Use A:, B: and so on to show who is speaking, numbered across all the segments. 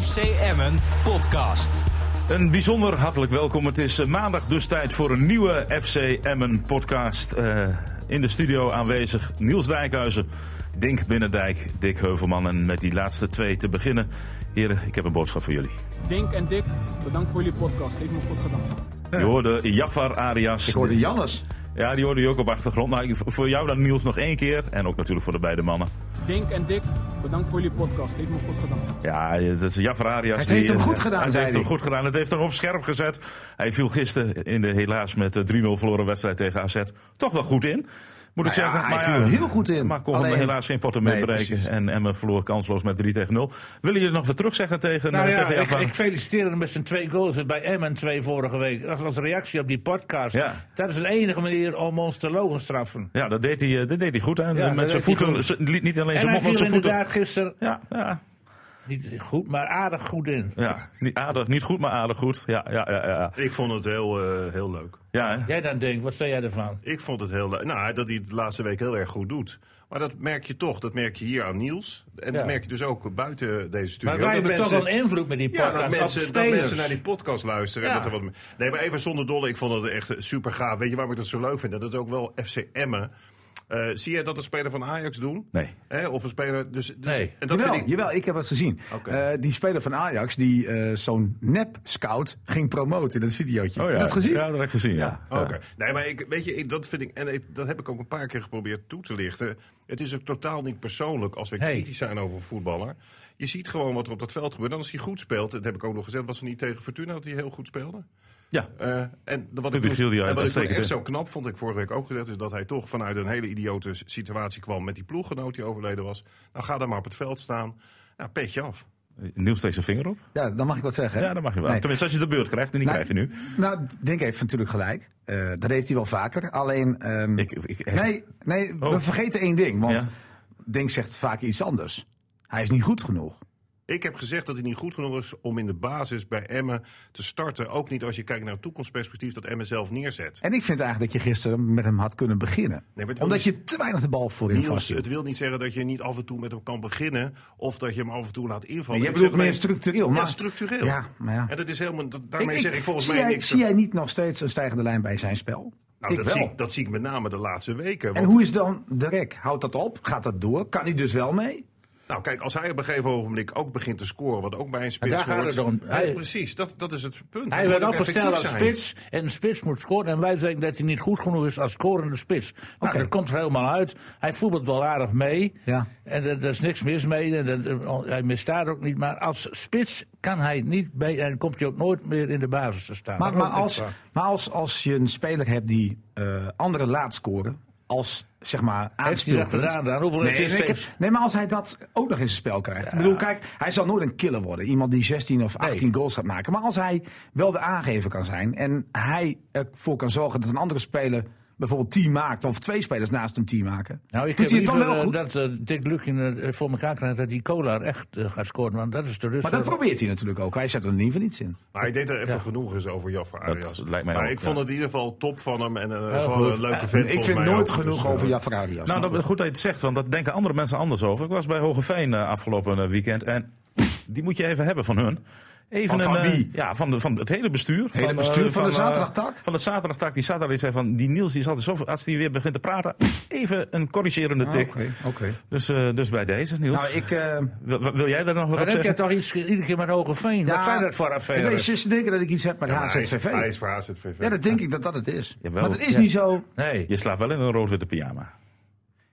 A: FC Emmen podcast.
B: Een bijzonder hartelijk welkom. Het is eh, maandag dus tijd voor een nieuwe FC Emmen podcast. Eh, in de studio aanwezig Niels Dijkhuizen, Dink Binnendijk, Dick Heuvelman. En met die laatste twee te beginnen. Heren, ik heb een boodschap voor jullie.
C: Dink en Dick, bedankt voor jullie podcast. Heeft me goed gedaan.
B: Je hoorde Jafar Arias.
D: Ik hoorde Jannes.
B: Ja, die hoorde je ook op achtergrond. Nou, ik- voor jou dan Niels nog één keer. En ook natuurlijk voor de beide mannen.
C: Dink en Dick, bedankt voor jullie podcast. Heeft me goed gedaan.
B: Ja, dat is Jafar Arias.
D: Het
B: die-
D: heeft hem goed gedaan,
B: Het
D: zei
B: heeft
D: hij.
B: hem goed gedaan. Het heeft hem op scherp gezet. Hij viel gisteren in de helaas met eh, 3-0 verloren wedstrijd tegen AZ toch wel goed in. Moet ik
D: Nou ja,
B: zeggen.
D: hij viel heel goed in.
B: Maar kon
D: Alleen-
B: hem helaas geen potten meer
D: Nee,
B: breken.
D: precies.
B: En Emmen verloor kansloos met 3 tegen 0. Willen jullie nog wat terugzeggen tegen,
E: Nou
B: eh,
E: ja,
B: tegen
E: ik,
B: Jafar?
E: ik feliciteer hem met zijn twee goals bij Emmen twee vorige week. Dat was reactie op die podcast.
B: Ja.
E: Dat is de enige manier om ons te logenstraffen.
B: Ja, dat deed hij, eh, dat deed hij goed aan.
E: Ja,
B: met
E: dat
B: zijn
E: deed hij
B: voeten.
E: goed.
B: z- liet Niet alleen
E: En
B: zijn
E: hij
B: mond,
E: viel
B: maar zijn voeten.
E: inderdaad gisteren,
B: Ja, ja.
E: niet goed, maar aardig goed in.
B: Ja, niet aardig, niet goed, maar aardig goed. Ja, ja, ja, ja.
F: Ik vond het heel, eh, heel leuk.
B: ja hè?
E: Jij dan denkt, wat zei jij ervan?
F: Ik vond het heel leuk. Nou, dat hij het de laatste week heel erg goed doet. Maar dat merk je toch. Dat merk je hier aan Niels. En
E: Ja.
F: dat merk je dus ook buiten deze studio.
E: Maar wij
F: Dat
E: hebben
F: mensen-
E: toch wel invloed met die
F: ja,
E: podcast
F: dat
E: op
F: mensen, dat
E: spelers.
F: mensen naar die podcast luisteren. En
E: Ja.
F: dat er wat... me- Nee, maar even zonder dolle. Ik vond het echt super gaaf. Weet je waarom ik dat zo leuk vind? Dat is ook wel FC Emmen. Eh, zie jij dat een speler van Ajax doen?
B: Nee. Oh
F: Hè, of een speler... Dus, dus,
E: Nee.
F: En dat
D: jawel,
F: vind ik...
D: jawel, ik heb het gezien.
F: Oké.
D: Eh, die speler van Ajax, die eh, zo'n nep-scout ging promoten in dat videootje.
B: Oh,
D: Heb
B: ja.
D: je dat gezien?
B: Ja, dat heb ik gezien, ja.
E: Oh.
F: Oké. Nee, maar ik, weet je, ik, dat vind ik. En ik- dat heb ik ook een paar keer geprobeerd toe te lichten. Het is ook totaal niet persoonlijk als we
E: Nee.
F: kritisch zijn over een voetballer. Je ziet gewoon wat er op dat veld gebeurt. En als hij goed speelt, dat heb ik ook nog gezegd, was hij niet tegen Fortuna dat hij heel goed speelde.
B: ja.
F: Eh, en wat
B: Natuurlijk
F: ik,
B: viel
F: toen,
B: hij
F: en wat ik toen
B: uitstekend
F: echt
B: in.
F: zo knap vond, ik vorige week ook gezegd, is dat hij toch vanuit een hele idiote s- situatie kwam met die ploeggenoot die overleden was. Nou, ga dan maar op het veld staan. Nou, petje af.
B: Niels steekt zijn vinger op.
D: Ja, dan mag ik wat zeggen. hè?
B: Ja, dat mag je wel.
D: Nee.
B: Tenminste, als je de beurt krijgt, en die krijg je nu.
D: Nou, Denk heeft natuurlijk gelijk. Eh, dat heeft hij wel vaker. Alleen, ehm,
B: Ik, ik,
D: nee, nee
B: Oh.
D: we vergeten één ding. Want
B: Ja.
D: Denk zegt vaak iets anders. Hij is niet goed genoeg.
F: Ik heb gezegd dat het niet goed genoeg is om in de basis bij Emmen te starten. Ook niet als je kijkt naar het toekomstperspectief dat Emmen zelf neerzet.
D: En ik vind eigenlijk dat je gisteren met hem had kunnen beginnen.
F: maar het wil
D: Omdat
F: niet-
D: je te weinig de bal voor in
F: Niels,
D: vast
F: het wil niet zeggen dat je niet af en toe met hem kan beginnen. Of dat je hem af en toe laat invallen.
D: Nee, jij
F: Ik
D: bedoelt
F: zeg
D: meer
F: alleen-
D: structureel, maar-
F: Ja, structureel.
D: Ja, maar ja.
F: En dat is helemaal, dat- daarmee zeg ik volgens
D: zie
F: mij
D: jij,
F: niks. eh.
D: Zie jij niet nog steeds een stijgende lijn bij zijn spel?
F: nou,
D: ik
F: dat,
D: wel.
F: Zie, ik- dat zie ik met name de laatste weken.
D: en
F: Want,
D: hoe is dan de rek? Houdt dat op? Gaat dat door? Kan hij dus wel mee?
F: Nou, kijk, als hij op een gegeven ogenblik ook begint te scoren, wat ook bij een spits
E: daar gaat
F: hoort.
E: het om.
F: Ja,
E: Hij-
F: precies, dat, dat is het punt.
E: Hij
F: moet
E: werd
F: ook
E: opgesteld als
F: effectief zijn.
E: spits en een spits moet scoren. En wij zeggen dat hij niet goed genoeg is als scorende spits. Nou, dat komt er helemaal uit. Hij voetbalt wel aardig mee.
D: Ja.
E: En daar daar is niks mis mee. En dat- eh, hij misstaat ook niet. Maar als spits kan hij niet mee en komt hij ook nooit meer in de basis te staan.
D: Maar,
E: Dat
D: maar,
E: is echt
D: als,
E: waar.
D: maar als, als je een speler hebt die eh anderen laat scoren. Als zeg maar
E: Heeft hij dat
D: aanspeelpunt.
E: gedaan dan? Hoeveel
D: Nee,
E: assists
D: nee, ik
E: heeft-
D: heb- nee, maar als hij dat ook nog in zijn spel krijgt. Ik bedoel, kijk, hij zal nooit een killer worden. Iemand die 16 of 18 goals gaat maken. Maar als hij wel de aangever kan zijn. En hij ervoor kan zorgen dat een andere speler bijvoorbeeld 10 maakt. Of twee spelers naast hem 10 maken.
E: Nou, ik
D: doet
E: heb
D: hij het
E: liever
D: dan wel
E: eh,
D: goed.
E: dat eh, Dick Lukin eh, voor elkaar krijgt dat die Kolar echt eh, gaat scoren. Want dat is de rust.
D: Maar dat probeert hij natuurlijk ook. Hij zet er in ieder geval niets in.
F: Maar hij deed er even genoeg eens over Jaffa Arias.
B: lijkt mij
F: maar
B: ook,
F: ik
B: ja.
F: vond het in ieder geval top van hem. En eh,
E: Heel
F: gewoon
E: goed.
F: een leuke vent.
D: Ik
F: volgens
D: vind
F: mij
D: nooit
F: ook.
D: genoeg
F: Dus, eh,
D: over Jafar Arias.
B: Nou,
D: Maar
B: dat, goed dat je het zegt, want dat denken andere mensen anders over. Ik was bij Hogeveen eh, afgelopen eh, weekend en die moet je even hebben van hun. Even
D: Van- van
B: eh,
D: wie?
B: ja, van, de, van het hele bestuur.
D: Hele
B: eh,
D: bestuur van de
B: eh,
D: zaterdagtak?
B: Van de zaterdagtak. Die zaterdag zei van, die Niels die is altijd zo... Als die weer begint te praten, even een corrigerende tik. Dus, eh, dus bij deze, Niels.
D: Ah, Nou, ik. eh,
B: wil, wil jij daar nog wat
E: Dan
B: op
E: heb
B: zeggen?
E: je toch iets, iedere keer met hoge veen.
D: ja,
E: Wat zijn
F: Dus-
E: dat voor
D: Ik
E: affaires?
D: weet ze denken dat ik iets heb met
F: ja, hij is-
D: HZVV.
F: Hij is voor HZVV.
D: Ja, dat denk ik dat dat het is.
B: Jawel.
D: Want het is
B: Ja.
D: niet zo.
E: Nee.
B: Je slaapt wel in een rood-witte pyjama.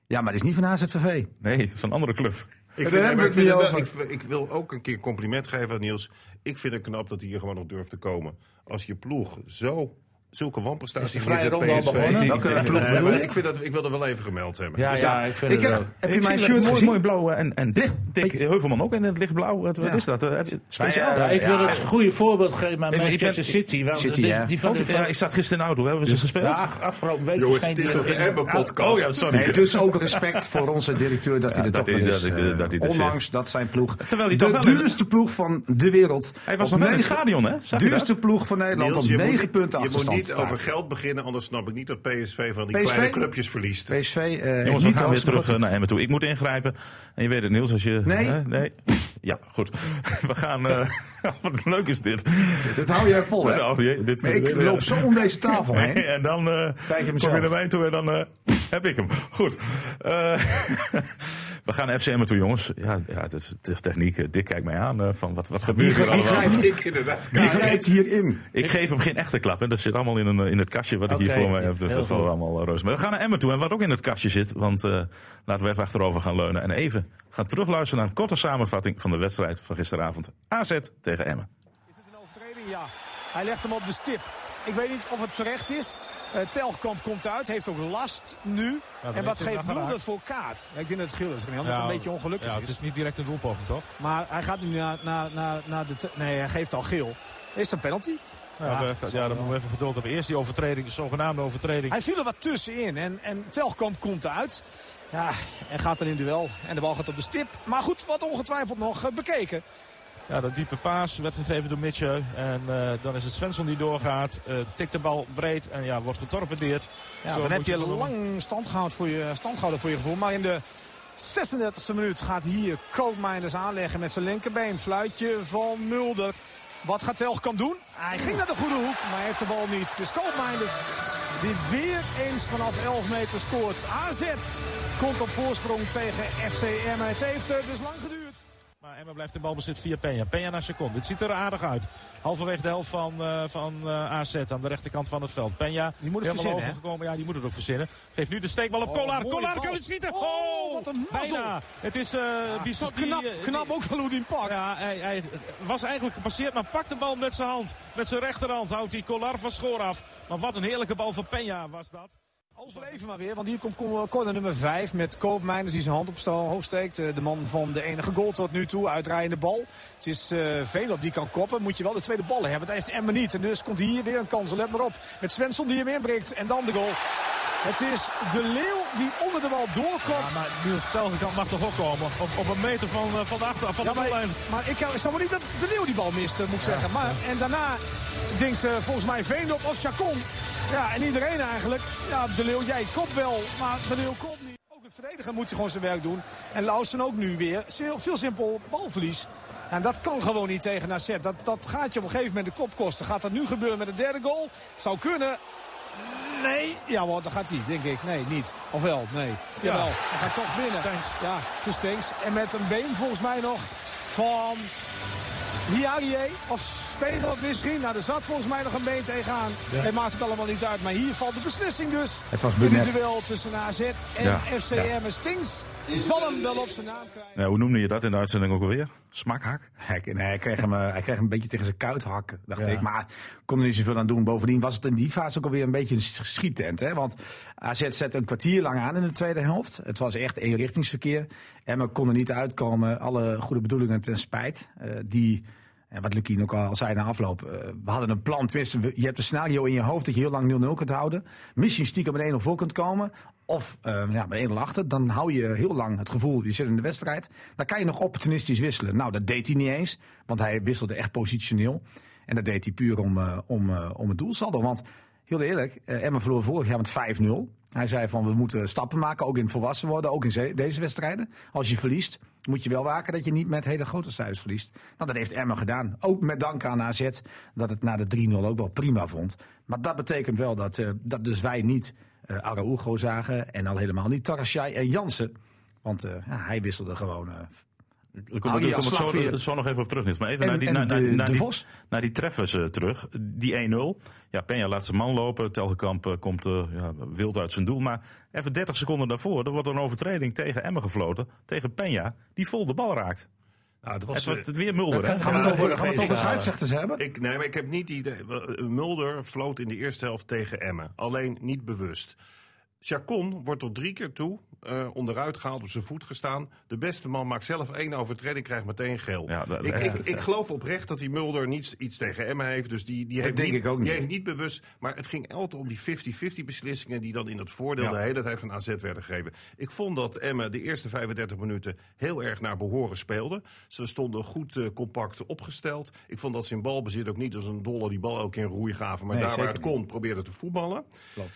D: Ja, maar het is niet van HZVV.
B: Nee, van een andere club.
F: Ik,
D: Daar
F: vind,
D: hebben
F: maar
D: we
F: ik,
D: het
F: vind
D: niet
F: het wel- ik, ik wil ook een keer een compliment geven aan Niels. Ik vind het knap dat hij hier gewoon nog durft te komen. Als je ploeg zo zulke wanprestaties
E: Is de vrije
F: neerzet,
E: ronde al
F: PSV.
E: begonnen?
F: Nee,
D: Welke
F: maar
D: ploeg bedoel je?
F: ik, vind dat, ik wil dat wel even gemeld hebben.
E: Ja,
F: Dus
E: ja, ik vind
D: Ik
E: het
D: heb,
E: wel.
D: heb je
B: Ik
D: mijn
B: zie dat
D: shirt
B: mooi,
D: gezien?
B: mooi blauw eh, en, en Dick, Dick Heuvelman ook in het lichtblauw. Wat wat
D: Ja.
B: is dat? Eh, heb je- Speciaal?
E: Ja, ik wil het goede voorbeeld geven aan
B: Ik- ik
E: Manchester
B: ben-
E: City. Want
D: City,
E: die,
D: hè?
E: die van,
B: Of- ja, ik zat gisteren in de auto. Hebben we ze gespeeld?
E: Ja, af- afgelopen week
F: Jongens,
E: schijnt
F: het is
E: die-
F: op de Emmen-podcast.
B: Oh ja, sorry.
D: Nee, het is ook respect voor onze directeur dat hij er
B: dat
D: toch
B: hij-
D: wel
B: dat
D: is.
B: hij-
D: eh,
B: dat hij er
D: ondanks
B: zit.
D: dat zijn ploeg
B: Terwijl hij
D: de
B: toch wel in-
D: duurste ploeg van de wereld.
B: Hij was
D: op
B: nog wel in het
D: negen-
B: stadion, hè? Zag je
D: Duurste ploeg van Nederland
F: Niels,
D: op
F: je moet
D: 9
F: niet-
D: punten
F: Je moet
D: achterstand
F: niet
D: staat.
F: over geld beginnen, anders snap ik niet dat PSV van die
D: PSV?
F: kleine clubjes verliest.
D: PSV eh, heeft
B: Jongens, we
D: niet
B: gaan weer
D: alles
B: terug eh,
D: begonnen.
B: naar Emmen toe. Ik moet ingrijpen. En je weet het, Niels, als je...
D: Nee.
B: hè, nee. Ja, goed. We gaan. eh, wat leuk is dit.
D: Dat hou jij vol, hè?
B: Nou, jee, dit
D: Maar ik loop zo om deze tafel heen.
B: En dan eh,
D: Kijk je
B: kom
D: mezelf.
B: je naar mij toe en dan eh, heb ik hem. Goed. Eh, we gaan naar FCM toe, jongens. Ja, ja het is het is techniek. Eh, Dick kijkt mij aan eh, van wat, wat gebeurt hier allemaal.
F: ik inderdaad.
D: Wie grijpt hierin?
B: Ik geef hem geen echte klap. En dat zit allemaal in, een, eh, in het kastje wat ik hier
E: Oké,
B: voor mij heb. Dus
E: heel
B: dat valt
E: goed.
B: allemaal eh, reuze. mee. We gaan naar Emmen toe. En wat ook in het kastje zit. Want eh, laten we even achterover gaan leunen. En even gaan terugluisteren naar een korte samenvatting van de wedstrijd van gisteravond. AZ tegen Emmen.
G: Is het een overtreding? Ja. Hij legt hem op de stip. Ik weet niet of het terecht is. Eh, Telkamp komt uit, heeft ook last nu. en wat heeft hij geeft wel Mulder geraakt. voor kaart? Ik denk dat het geel is, René, omdat het een beetje ongelukkig
A: ja,
G: is.
A: Het is niet direct een doelpoging, toch?
G: Maar hij gaat nu naar, naar, naar, naar de... te- Nee, hij geeft al geel. Is het een penalty?
A: Ja, we-
G: dat zal
A: ja dan
G: wel.
A: moeten we even geduld hebben. Eerst die overtreding, zogenaamde overtreding.
G: Hij viel er wat tussenin en, en Telkamp komt eruit. Ja, en gaat dan in duel. En de bal gaat op de stip. Maar goed, wat ongetwijfeld nog eh, bekeken.
A: Ja, dat diepe paas werd gegeven door Mitje. En eh, dan is het Svensson die doorgaat. eh, tikt de bal breed en ja, wordt getorpedeerd.
G: Ja,
A: Zo
G: dan
A: moet
G: heb je
A: het noemen.
G: lang stand gehouden, voor je, stand gehouden voor je gevoel. Maar in de 36e minuut gaat hier Koopmeiners aanleggen met zijn linkerbeen. Fluitje van Mulder. Wat gaat Telkamp doen? Hij ging naar de goede hoek, maar hij heeft de bal niet. Dus Koopmeiners die weer eens vanaf 11 meter scoort. AZ komt op voorsprong tegen FCM. Het heeft er dus lang geduurd.
A: Maar Emma blijft in balbezit via Peña. Peña naar seconde. Het ziet er aardig uit. Halverwege de helft van, eh, van eh, AZ aan de rechterkant van het veld. Peña
G: Die moet het
A: helemaal
G: verzinnen, hè?
A: overgekomen. Ja, die moet het ook verzinnen. Geeft nu de steekbal op
G: Oh,
A: Kolar.
G: mooie
A: Kolar
G: bal.
A: kan het schieten.
G: Oh, wat een mazzel.
A: Bijna. Het is eh
G: Het is
A: Bissot die,
G: Dus knap,
A: eh, die-
G: knap ook wel hoe die hem pakt.
A: Ja, hij, hij was eigenlijk gepasseerd, maar pakt de bal met zijn hand. Met zijn rechterhand houdt hij Kolar van schoor af. Maar wat een heerlijke bal van Peña was dat.
G: Overleven maar weer, want hier komt kom- corner nummer 5 met Koopmeiners die zijn hand op sta- hoog steekt. Eh, De man van de enige goal tot nu toe, uitdraaiende bal. Het is eh veel op die kan koppen, moet je wel de tweede bal hebben. Dat heeft Emmer niet en dus komt hier weer een kans, let maar op. Met Svensson die hem inbreekt en dan de goal. Het is de Leeuw die onder de bal doorkomt.
A: Maar Niels Telgekamp mag toch ook komen. Op, op een meter van, eh, van de achter, van
G: Ja,
A: de
G: maar,
A: goallijn.
G: maar ik zou maar niet dat de Leeuw die bal mist, eh, moet ik zeggen. Maar, en daarna denkt eh, volgens mij Veendorp of Chacon. Ja, en iedereen eigenlijk. Ja, de Leeuw, jij komt wel, maar de Leeuw komt niet. Ook de verdediger moet gewoon zijn werk doen. En Lausen ook nu weer. Veel, veel simpel balverlies. En dat kan gewoon niet tegen AZ. Dat, dat gaat je op een gegeven moment de kop kosten. Gaat dat nu gebeuren met de derde goal? Zou kunnen. Nee. Ja, hoor, dan gaat hij, denk ik. Nee, niet. Of wel? Nee. Jawel. Hij gaat toch winnen.
A: Stengs.
G: Ja, het is Stengs. En met een been volgens mij nog van Hiarie of Steenhoff misschien. Nou, er zat volgens mij nog een been tegenaan. Het maakt het allemaal niet uit. Maar hier valt de beslissing dus.
D: Het was
G: In
D: Burnett.
G: het duel tussen AZ en
B: Ja,
G: FCM. En Stengs zal hem wel op zijn naam krijgen.
B: Ja, hoe noemde je dat in de uitzending ook alweer? Smakhak?
D: Hij, nee, hij, kreeg hem, eh, hij kreeg hem een beetje tegen zijn kuit hakken, dacht ik. Maar kon er niet zoveel aan doen. Bovendien was het in die fase ook alweer een beetje een sch- schiettent. Hè? Want AZ zette een kwartier lang aan in de tweede helft. Het was echt eenrichtingsverkeer. En we konden niet uitkomen. Alle goede bedoelingen ten spijt. Eh, die, en wat Lukien ook al zei na afloop. eh, we hadden een plan. Tenminste, we- je hebt een scenario in je hoofd dat je heel lang 0-0 kunt houden. Misschien stiekem met 1-0 voor kunt komen. Of eh, ja, met 1-0 achter. Dan hou je heel lang het gevoel, je zit in de wedstrijd. Dan kan je nog opportunistisch wisselen. Nou, dat deed hij niet eens. Want hij wisselde echt positioneel. En dat deed hij puur om, eh, om, eh, om het doelsaldo. Want heel eerlijk, eh, Emma verloor vorig jaar met 5-0. Hij zei van we moeten stappen maken, ook in volwassen worden, ook in ze- deze wedstrijden. Als je verliest, moet je wel waken dat je niet met hele grote cijfers verliest. Nou, dat heeft Emma gedaan. Ook met dank aan AZ, dat het na de 3-0 ook wel prima vond. Maar dat betekent wel dat, eh, dat dus wij niet eh Araujo zagen en al helemaal niet Tarasjai en Jansen. Want eh, ja, hij wisselde gewoon. eh,
B: Daar kom,
D: Hou
B: ik-
D: je
B: daar kom ik zo,
D: slaafje.
B: zo nog even op terug, Niels. Maar even
D: En-
B: naar, die,
D: en
B: naar, naar,
D: de-
B: naar
D: de
B: die,
D: Vos?
B: naar die treffers eh, terug. Die 1-0. Ja, Peña laat zijn man lopen. Telgekamp eh, komt eh, ja, wild uit zijn doel. Maar even 30 seconden daarvoor, er wordt een overtreding tegen Emmen gefloten. Tegen Peña, die vol de bal raakt.
E: Nou, het
B: Het
E: was,
F: eh,
B: wordt weer Mulder, hè?
E: kan-
D: gaan we het
F: Ja,
D: over,
F: ik
D: gaan we het
F: weet
D: over
F: het.
D: scheidsrechters hebben?
F: Ik, nee, maar ik heb niet die idee. eh, Mulder floot in de eerste helft tegen Emmen. Alleen niet bewust. Chacon wordt tot drie keer toe eh, onderuit gehaald, op zijn voet gestaan. De beste man maakt zelf één overtreding, krijgt meteen geel.
B: Ja, dat-
F: ik,
B: echt,
F: ik,
B: ja.
F: ik geloof oprecht dat die Mulder niets, iets tegen Emmen heeft. Dus die, die heeft
D: denk
F: niet,
D: ik ook
F: die
D: niet.
F: heeft niet bewust. Maar het ging altijd om die 50-50 beslissingen die dan in het voordeel
B: Ja.
F: de hele tijd van AZ werden gegeven. Ik vond dat Emmen de eerste 35 minuten heel erg naar behoren speelde. Ze stonden goed eh, compact opgesteld. Ik vond dat ze in balbezit ook niet als een dolle die bal ook in roei gaven. Maar
D: Nee,
F: daar waar
D: zeker
F: het kon, probeerden te voetballen.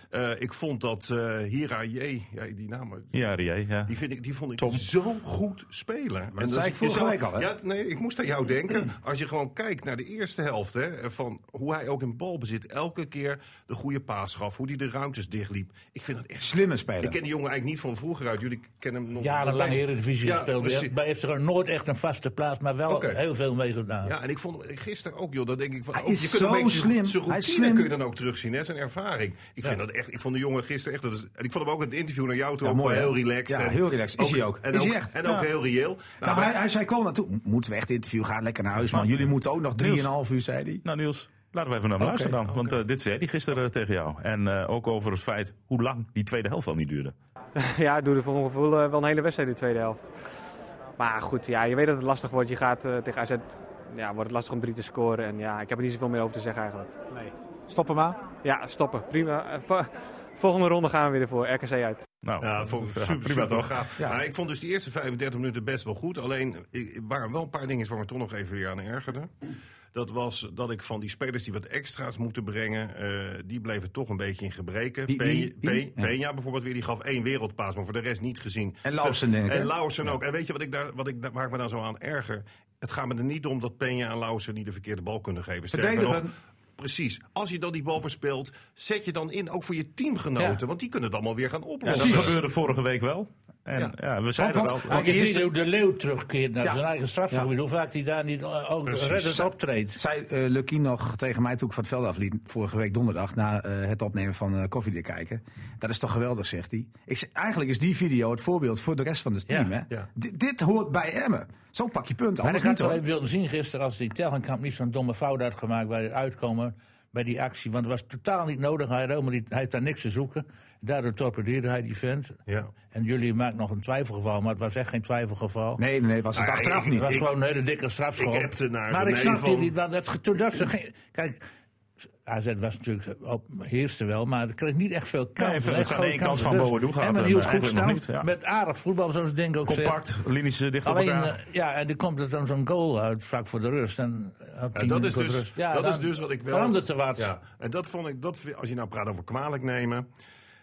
F: Eh, ik vond dat eh Hira J, ja, die naam, eh,
B: Ja, Rié. Ja.
F: Die, vind ik, die vond ik zo goed spelen. en
D: zei ik vorige
F: je zou-
D: week al, hè?
F: Ja, nee, ik moest aan jou denken. Als je gewoon kijkt naar de eerste helft, hè, van hoe hij ook in balbezit elke keer de goede paas gaf, hoe hij de ruimtes dichtliep. Ik vind dat echt
D: Slimme speler.
F: Ik ken die jongen eigenlijk niet van vroeger uit. Jullie kennen hem nog.
E: Jarenlang
F: bij-
E: Eredivisie
F: Ja, precies.
E: gespeeld. Bij heeft er nooit echt een vaste plaats, maar wel
F: Oké.
E: heel veel meegedaan.
F: Ja, en ik vond hem gisteren ook, joh, dat denk ik van.
D: Hij
F: ook,
D: is
F: je kunt een
D: zo
F: beetje zijn-
D: slim.
F: Zijn
D: Hij is
F: routine
D: slim.
F: kun je dan ook terugzien, hè? zijn ervaring. Ik, vind dat echt, ik vond de jongen gisteren echt. Dat is, en ik vond hem ook in het interview naar jou toe
D: Ja,
F: ook
D: mooi,
F: wel heel
D: hè?
F: relaxed.
D: Ja,
F: en
D: heel relaxed. Is hij ook.
F: En
D: Is
F: ook,
D: hij echt?
F: En ook
D: Ja.
F: heel reëel.
D: Nou,
F: maar-
D: hij, hij zei, kwam naartoe. "M- Moeten we echt interview gaan? Lekker naar huis, man. Jullie moeten ook nog 3,5 uur, zei hij.
B: Nou Niels, laten we even naar hem luisteren dan. Want eh, dit zei hij gisteren tegen jou. En eh, ook over het feit hoe lang die tweede helft al niet duurde.
H: Ja, het duurde voor mijn gevoel eh, wel een hele wedstrijd in de tweede helft. Maar goed, ja, je weet dat het lastig wordt. Je gaat eh, tegen AZ, ja, wordt het lastig om drie te scoren. En ja, ik heb er niet zoveel meer over te zeggen eigenlijk.
G: Stoppen maar.
H: Ja, stoppen. Prima. Eh, vo- volgende ronde gaan we weer ervoor. RKC uit.
B: Nou,
F: Ja, dat vond ik
B: ja,
F: super,
B: prima
F: super
B: toch?
F: gaaf. Maar ik vond dus die eerste 35 minuten best wel goed. Alleen ik- er waren wel een paar dingen waar ik me toch nog even weer aan ergerde. Dat was dat ik van die spelers die wat extra's moeten brengen, eh, die bleven toch een beetje in gebreken.
D: Wie- wie-
F: Pe-
D: wie?
F: Pe- Peña bijvoorbeeld weer, die gaf één wereldpaas, maar voor de rest niet gezien.
D: En Lauwersen, denk ik, hè?
F: En Lauwersen ook. En weet je wat ik daar, wat ik, daar- waar ik me dan zo aan erger? Het gaat me er niet om dat Peña en Lauwersen niet de verkeerde bal kunnen geven. Sterker nog,
D: Verdedigen.
F: precies. Als je dan die bal verspeelt, zet je dan in, ook voor je teamgenoten. Want die kunnen het allemaal weer gaan
B: En
F: oplossen.
B: dat gebeurde vorige week wel. En ja.
F: Ja.
B: we zeiden
D: Want-
B: wel.
E: Maar je ziet hoe de leeuw terugkeert naar zijn eigen strafgebied. Hoe vaak hij daar niet eh, ook
F: Precies.
E: reddend optreedt.
D: Zei eh Lucky nog tegen mij toen ik van het veld afliep, vorige week donderdag, na eh, het opnemen van eh Koffiedik kijken. Dat is toch geweldig, zegt hij. Ik, zeg, eigenlijk is die video het voorbeeld voor de rest van het team.
E: Ja,
D: hè?
F: ja.
D: Dit- dit hoort bij Emmen. Zo pak je punten.
E: Maar ik
D: Anders
E: had
D: niet
E: wel
D: hoor.
E: even willen zien gisteren als die Telgenkamp niet zo'n domme fout had gemaakt bij het uitkomen bij die actie. Want het was totaal niet nodig. Hij, had helemaal niet, hij had daar niks te zoeken. Daardoor torpedeerde hij die vent.
F: Ja.
E: En jullie maakt nog een twijfelgeval, maar het was echt geen twijfelgeval.
D: Nee, nee, nee, was het
F: Nou ja,
D: achteraf
F: ik-
D: niet.
E: Het was
F: ik-
E: gewoon een hele dikke strafschop.
F: ik hebte naar
E: maar
F: René
E: ik snapte
F: van-
E: niet, want dat, toen dat ze geen- Kijk, AZ was natuurlijk op, heerste wel, maar het kreeg niet echt veel kansen.
B: Nee,
E: Echt
B: ze hadden
E: grote
B: één kans
E: kansen.
B: van Boadu gehad
E: en men
B: en
E: hield goed
B: eigenlijk nog
E: stand
B: niet, ja.
E: met aardig voetbal, zoals Denk ook zegt.
B: Compact, linies eh, dicht op
E: Alleen,
B: elkaar.
E: eh, ja, en dan komt er dan zo'n goal uit vlak voor de rust. En had
F: Ja,
E: tien
F: dat
E: minuten
F: is,
E: voor de
F: dus,
E: rust. Ja,
F: dat
E: dan
F: is dus wat ik wel.
E: Verandert er wat.
F: Ja, en dat vond ik, dat, vind- als je nou praat over kwalijk nemen.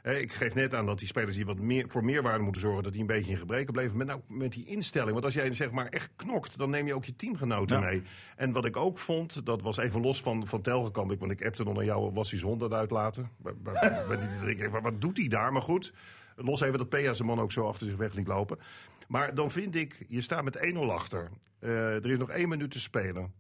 F: hè, ik geef net aan dat die spelers die wat meer, voor meerwaarde moeten zorgen, dat die een beetje in gebreken bleven. Met, nou, met die instelling. Want als jij zeg maar echt knokt, dan neem je ook je teamgenoten
B: Ja.
F: mee. En wat ik ook vond, dat was even los van, van Telgekamp. ik- Want ik appte nog naar jou, was hij zijn hond aan het uitlaten? Bij- bij- bij- bij die- ik denk, wat- Wat doet hij daar? Maar goed, los even dat Pea zijn man ook zo achter zich weg liet lopen. Maar dan vind ik, je staat met 1-0 achter. Eh, er is nog één minuut te spelen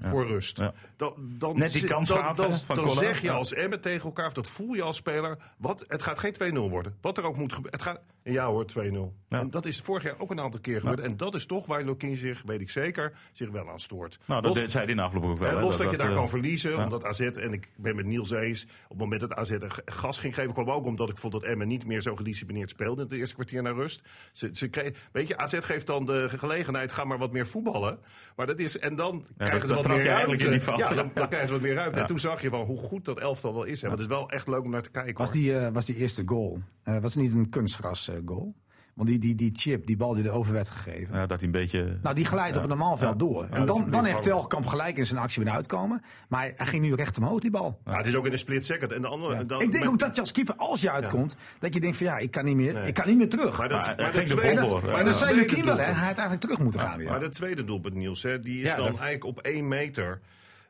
F: voor rust.
B: Ja.
F: Dan, dan,
B: Net die
F: zi-
B: kans
F: dan,
B: gehad,
F: dan,
B: hè, van
F: dan
B: Collard.
F: zeg je
B: Ja.
F: als Emmen tegen elkaar, of dat voel je als speler, wat, het gaat geen 2-0 worden. Wat er ook moet gebeuren. Het gaat, ja hoor, 2-0.
B: Ja.
F: En dat is vorig jaar ook een aantal keer gebeurd. En dat is toch waar Lokin zich, weet ik zeker, zich wel aan stoort.
B: nou, dat
F: Los-
B: deed zij in de afloop ook wel.
F: Hè,
B: hè,
F: los dat, je daar
B: eh,
F: kan verliezen, omdat AZ, en ik ben met Niels eens, op het moment dat AZ er g- gas ging geven, kwam ook omdat ik vond dat Emmen niet meer zo gedisciplineerd speelde in het eerste kwartier naar rust. Ze, ze kreeg, weet je, AZ geeft dan de ge- gelegenheid, ga maar wat meer voetballen. Maar dat is, en dan krijgen
B: dat-
F: ze
B: dat
F: wat
B: trap
F: meer
B: je eigenlijk
F: ruimte.
B: in die fout.
F: ja, dan, dan krijgen ze wat meer ruimte.
B: Ja.
F: En toen zag je van hoe goed dat elftal wel is. Hè. Want het is wel echt leuk om naar te kijken.
D: Was
F: hoor.
D: die, eh, was die eerste goal, eh, was het niet een kunstgras eh, goal? Want die, die, die chip, die bal die er over werd gegeven.
B: Ja, dat hij een beetje...
D: Nou, die glijdt op een normaal veld door. En
F: dat is
D: dan,
F: een
D: dan heeft
F: beetje
D: Telkamp gelijk in zijn actie weer uitkomen. Maar hij ging nu recht omhoog, die bal.
F: Ja, het is ook in een split second. En de andere, dan,
D: ik denk
F: maar-
D: ook dat je als keeper, als je uitkomt, dat je denkt van ja, ik kan niet meer, ik kan niet meer terug. Maar
F: Maar dat,
B: Maar hij
F: maar
B: ging
F: dat
B: er vol
F: tweede-
B: voor, hè.
F: maar
D: dat
F: dat
D: zei
F: tweede
D: Lukien wel, hè? Hij
F: doelpunt-
D: had eigenlijk terug moeten gaan
F: Maar
D: weer.
F: dat tweede doelpunt, Niels, hè, die is
E: Ja,
F: dan
E: dat-
F: eigenlijk op één meter.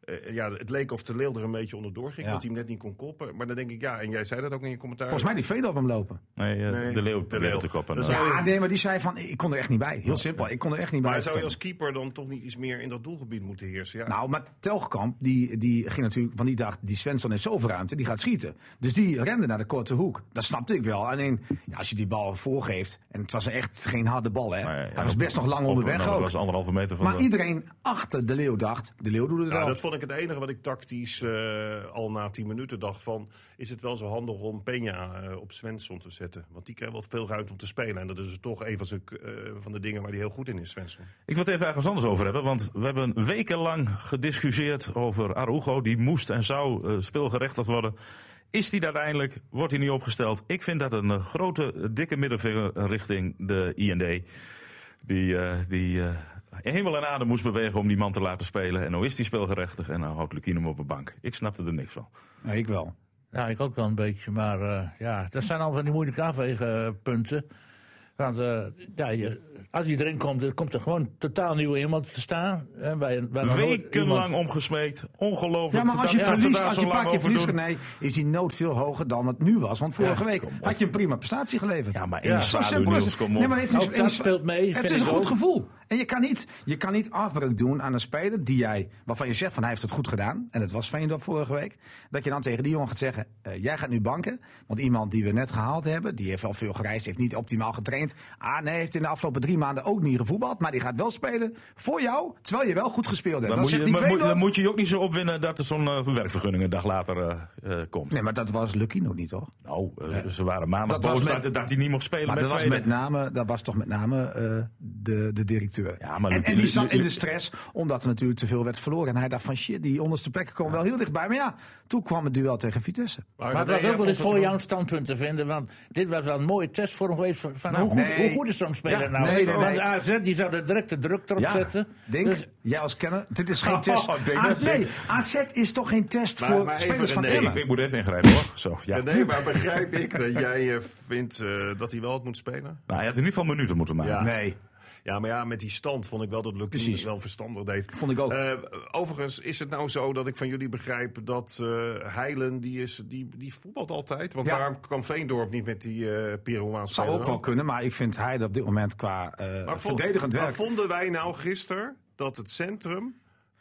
F: Eh, ja, het leek of de Leeuw er een beetje onderdoor ging, dat hij hem net niet kon koppen. Maar dan denk ik, ja, en jij zei dat ook in je commentaar.
D: Volgens mij die velen op hem lopen.
B: Nee, eh,
F: Nee.
B: de leeuw
F: De Leeuw.
B: probeert te koppen.
F: Dat
B: ja.
F: zou je-
D: Ja, nee, maar die zei van, ik kon er echt niet bij. Heel simpel, ik kon er echt niet bij.
F: maar zou je
D: uitkomen.
F: als keeper dan toch niet iets meer in dat doelgebied moeten heersen? Ja,
D: Nou, maar Telgekamp, die, die ging natuurlijk, want die dacht, die Svensson heeft zoveel ruimte, die gaat schieten. Dus die rende naar de korte hoek. Dat snapte ik wel. Alleen, ja, als je die bal voorgeeft, en het was echt geen harde bal, hè.
B: Maar ja,
D: Hij was best nog lang
B: op-
D: onderweg
B: nou, dat
D: ook.
B: was anderhalve meter van
D: Maar
B: de-
D: iedereen achter de Leeuw dacht, de Leeuw doet het
F: Nou,
D: wel.
F: dat vond ik het enige wat ik tactisch eh, al na 10 minuten dacht van... is het wel zo handig om Peña eh, op Svensson te zetten? Want die krijgt wel veel ruimte om te spelen. En dat is toch een van, zijn, eh, van de dingen waar hij heel goed in is, Svensson.
B: Ik wil het even ergens anders over hebben, want we hebben wekenlang gediscussieerd over Arugo. Die moest en zou eh, speelgerechtigd worden. Is die uiteindelijk, wordt hij niet opgesteld? Ik vind dat een eh, grote, eh, dikke middenvinger richting de IND. Die, eh, die eh, hemel en aarde moest bewegen om die man te laten spelen. En nou is die speelgerechtig en nou houdt Lukien hem op de bank. Ik snapte er niks van.
D: Ja, ik wel.
E: Nou, Ja, ik ook wel een beetje. Maar eh, ja, dat zijn al van die moeilijke afwegenpunten. Want eh, ja, je- als hij erin komt, er komt er gewoon totaal nieuw iemand te staan. hè, waar- waar nog nooit
B: Wekenlang
E: iemand-
B: omgesmeekt. Ongelooflijk.
D: Ja, maar als je
B: Dat ze
D: verliest,
B: daar
D: als
B: zo
D: je een
B: lang
D: paar keer
B: over
D: verliest,
B: doen.
D: nee, is die nood veel hoger dan het nu was. Want vorige week had je een prima prestatie geleverd.
B: Ja, maar in de
D: zo
B: schaduw,
D: simpel is
B: Niels,
D: het.
B: kom op.
D: Nee, maar heeft niks-
E: Ook dat
D: niks-
E: speelt mee,
D: Het
E: vind
D: is een
E: ik
D: goed
E: ook.
D: gevoel. En je kan, niet, je kan niet afbreuk doen aan een speler die jij, waarvan je zegt van hij heeft het goed gedaan. En dat was Veendorp vorige week. Dat je dan tegen die jongen gaat zeggen, eh, jij gaat nu banken. Want iemand die we net gehaald hebben, die heeft wel veel gereisd, heeft niet optimaal getraind. Ah nee, heeft in de afgelopen drie maanden ook niet gevoetbald. Maar die gaat wel spelen voor jou, terwijl je wel goed gespeeld hebt.
B: Dan
D: Dan
B: moet, je,
D: zegt die
B: maar moet-
D: Veendorp-
B: dan moet je je ook niet zo opwinden dat er zo'n eh, werkvergunning een dag later eh, eh, komt.
D: Nee, maar dat was Lucky nog niet, toch?
B: Nou, eh, ze waren maandag
D: Dat was
B: boos
D: met-
B: dat, dat hij niet mocht spelen
D: Maar
B: met
D: dat was,
B: tweede.
D: met name, dat was toch met name eh, de, de directeur.
B: Ja, maar
D: en,
B: Luc-
D: en die
B: Luc-
D: zat in de
B: Luc-
D: stress, omdat er natuurlijk te veel werd verloren. En hij dacht van shit, die onderste plekken komen wel heel dichtbij. Maar ja, toen kwam het duel tegen Vitesse.
E: Maar dat was ook wel eens voor jouw standpunt te vinden. Want dit was wel een mooie test voor hem geweest. Van van hoe, goed,
D: Nou, nee.
E: hoe goed is zo'n speler
D: Ja,
E: nou?
D: nee, nee,
E: want
D: nee.
E: AZ die zou er direct de druk erop
B: Ja,
E: zetten.
D: Denk,
E: Dus-
D: jij als kenner, dit is geen test.
B: Denk dat,
D: AZ, nee,
B: Denk.
D: AZ is toch geen test
F: Maar-
D: voor
F: maar even
D: spelers van
F: René,
B: Nee,
D: Emmen?
B: ik, ik moet even ingrijpen hoor. Zo, ja.
F: Eh, Nee, maar begrijp ik dat jij eh, vindt eh, dat hij wel had moeten spelen?
B: Nou, hij had in ieder geval minuten moeten maken.
F: Ja.
D: Nee.
F: Ja, maar ja, met die stand vond ik wel dat Lucky
D: Precies.
F: het wel verstandig deed.
D: Vond ik ook.
F: Eh, overigens, is het nou zo dat ik van jullie begrijp dat eh Heilen, die, is, die, die voetbalt altijd? Want
D: Ja.
F: waarom kan Veendorp niet met die eh
D: Zou
F: Peruaan spelen?
D: ook wel kunnen, maar ik vind hij dat op dit moment qua eh,
F: Maar vond-
D: verdedigend
F: maar
D: werk...
F: vonden wij nou gisteren dat het centrum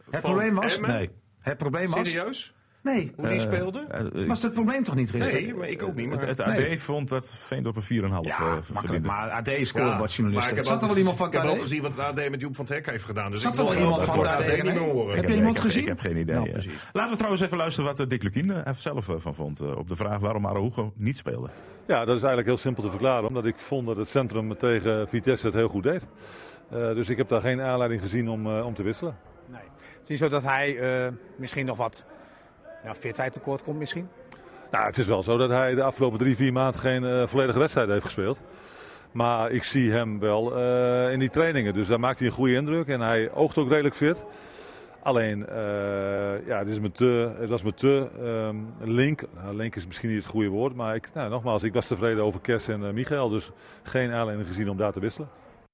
D: Het
F: van
D: probleem was...
F: Emmen-
D: Nee. Het probleem was...
F: Serieus?
D: Nee.
F: Hoe die speelde?
B: Eh, eh,
D: Was het probleem toch niet gisteren?
F: Nee, maar ik ook niet.
B: het,
F: Maar...
B: het AD vond dat Veendorp een 4,5 eh,
D: Ja, makkelijk.
B: verdiende.
D: Maar AD is
F: Ja, maar
D: scorebordjournalist.
F: ik heb
D: Zat
F: ook-
D: er wel iemand van
F: Ik heb ook
D: AD?
F: gezien wat het AD met Joep van het Hek heeft gedaan. Dus
D: Zat
F: ik
D: er wel
F: wil
D: iemand
F: dat
D: van
F: woord
D: het AD?
F: niet meer horen.
D: Heb je
B: Nee,
D: iemand
B: ik heb-
D: gezien?
B: Ik heb geen idee.
D: Nou,
B: eh.
D: precies.
B: Laten we trouwens even luisteren wat eh, Dick Lukien eh, zelf eh, van vond. eh, op de vraag waarom Araujo niet speelde.
I: Ja, dat is eigenlijk heel simpel te verklaren. Omdat ik vond dat het centrum tegen Vitesse het heel goed deed. Eh, dus ik heb daar geen aanleiding gezien om, eh, om te wisselen.
J: Het is niet zo dat hij eh, misschien nog wat ja, fitheid tekort komt misschien.
I: Nou, het is wel zo dat hij de afgelopen drie, vier maanden geen eh, volledige wedstrijd heeft gespeeld. Maar ik zie hem wel eh, in die trainingen. Dus daar maakt hij een goede indruk. En hij oogt ook redelijk fit. Alleen, eh, ja, het is me te, het was me te ehm, link. Nou, link is misschien niet het goede woord. Maar ik, nou, nogmaals, ik was tevreden over Kers en eh, Michael. Dus geen aanleiding gezien om daar te wisselen.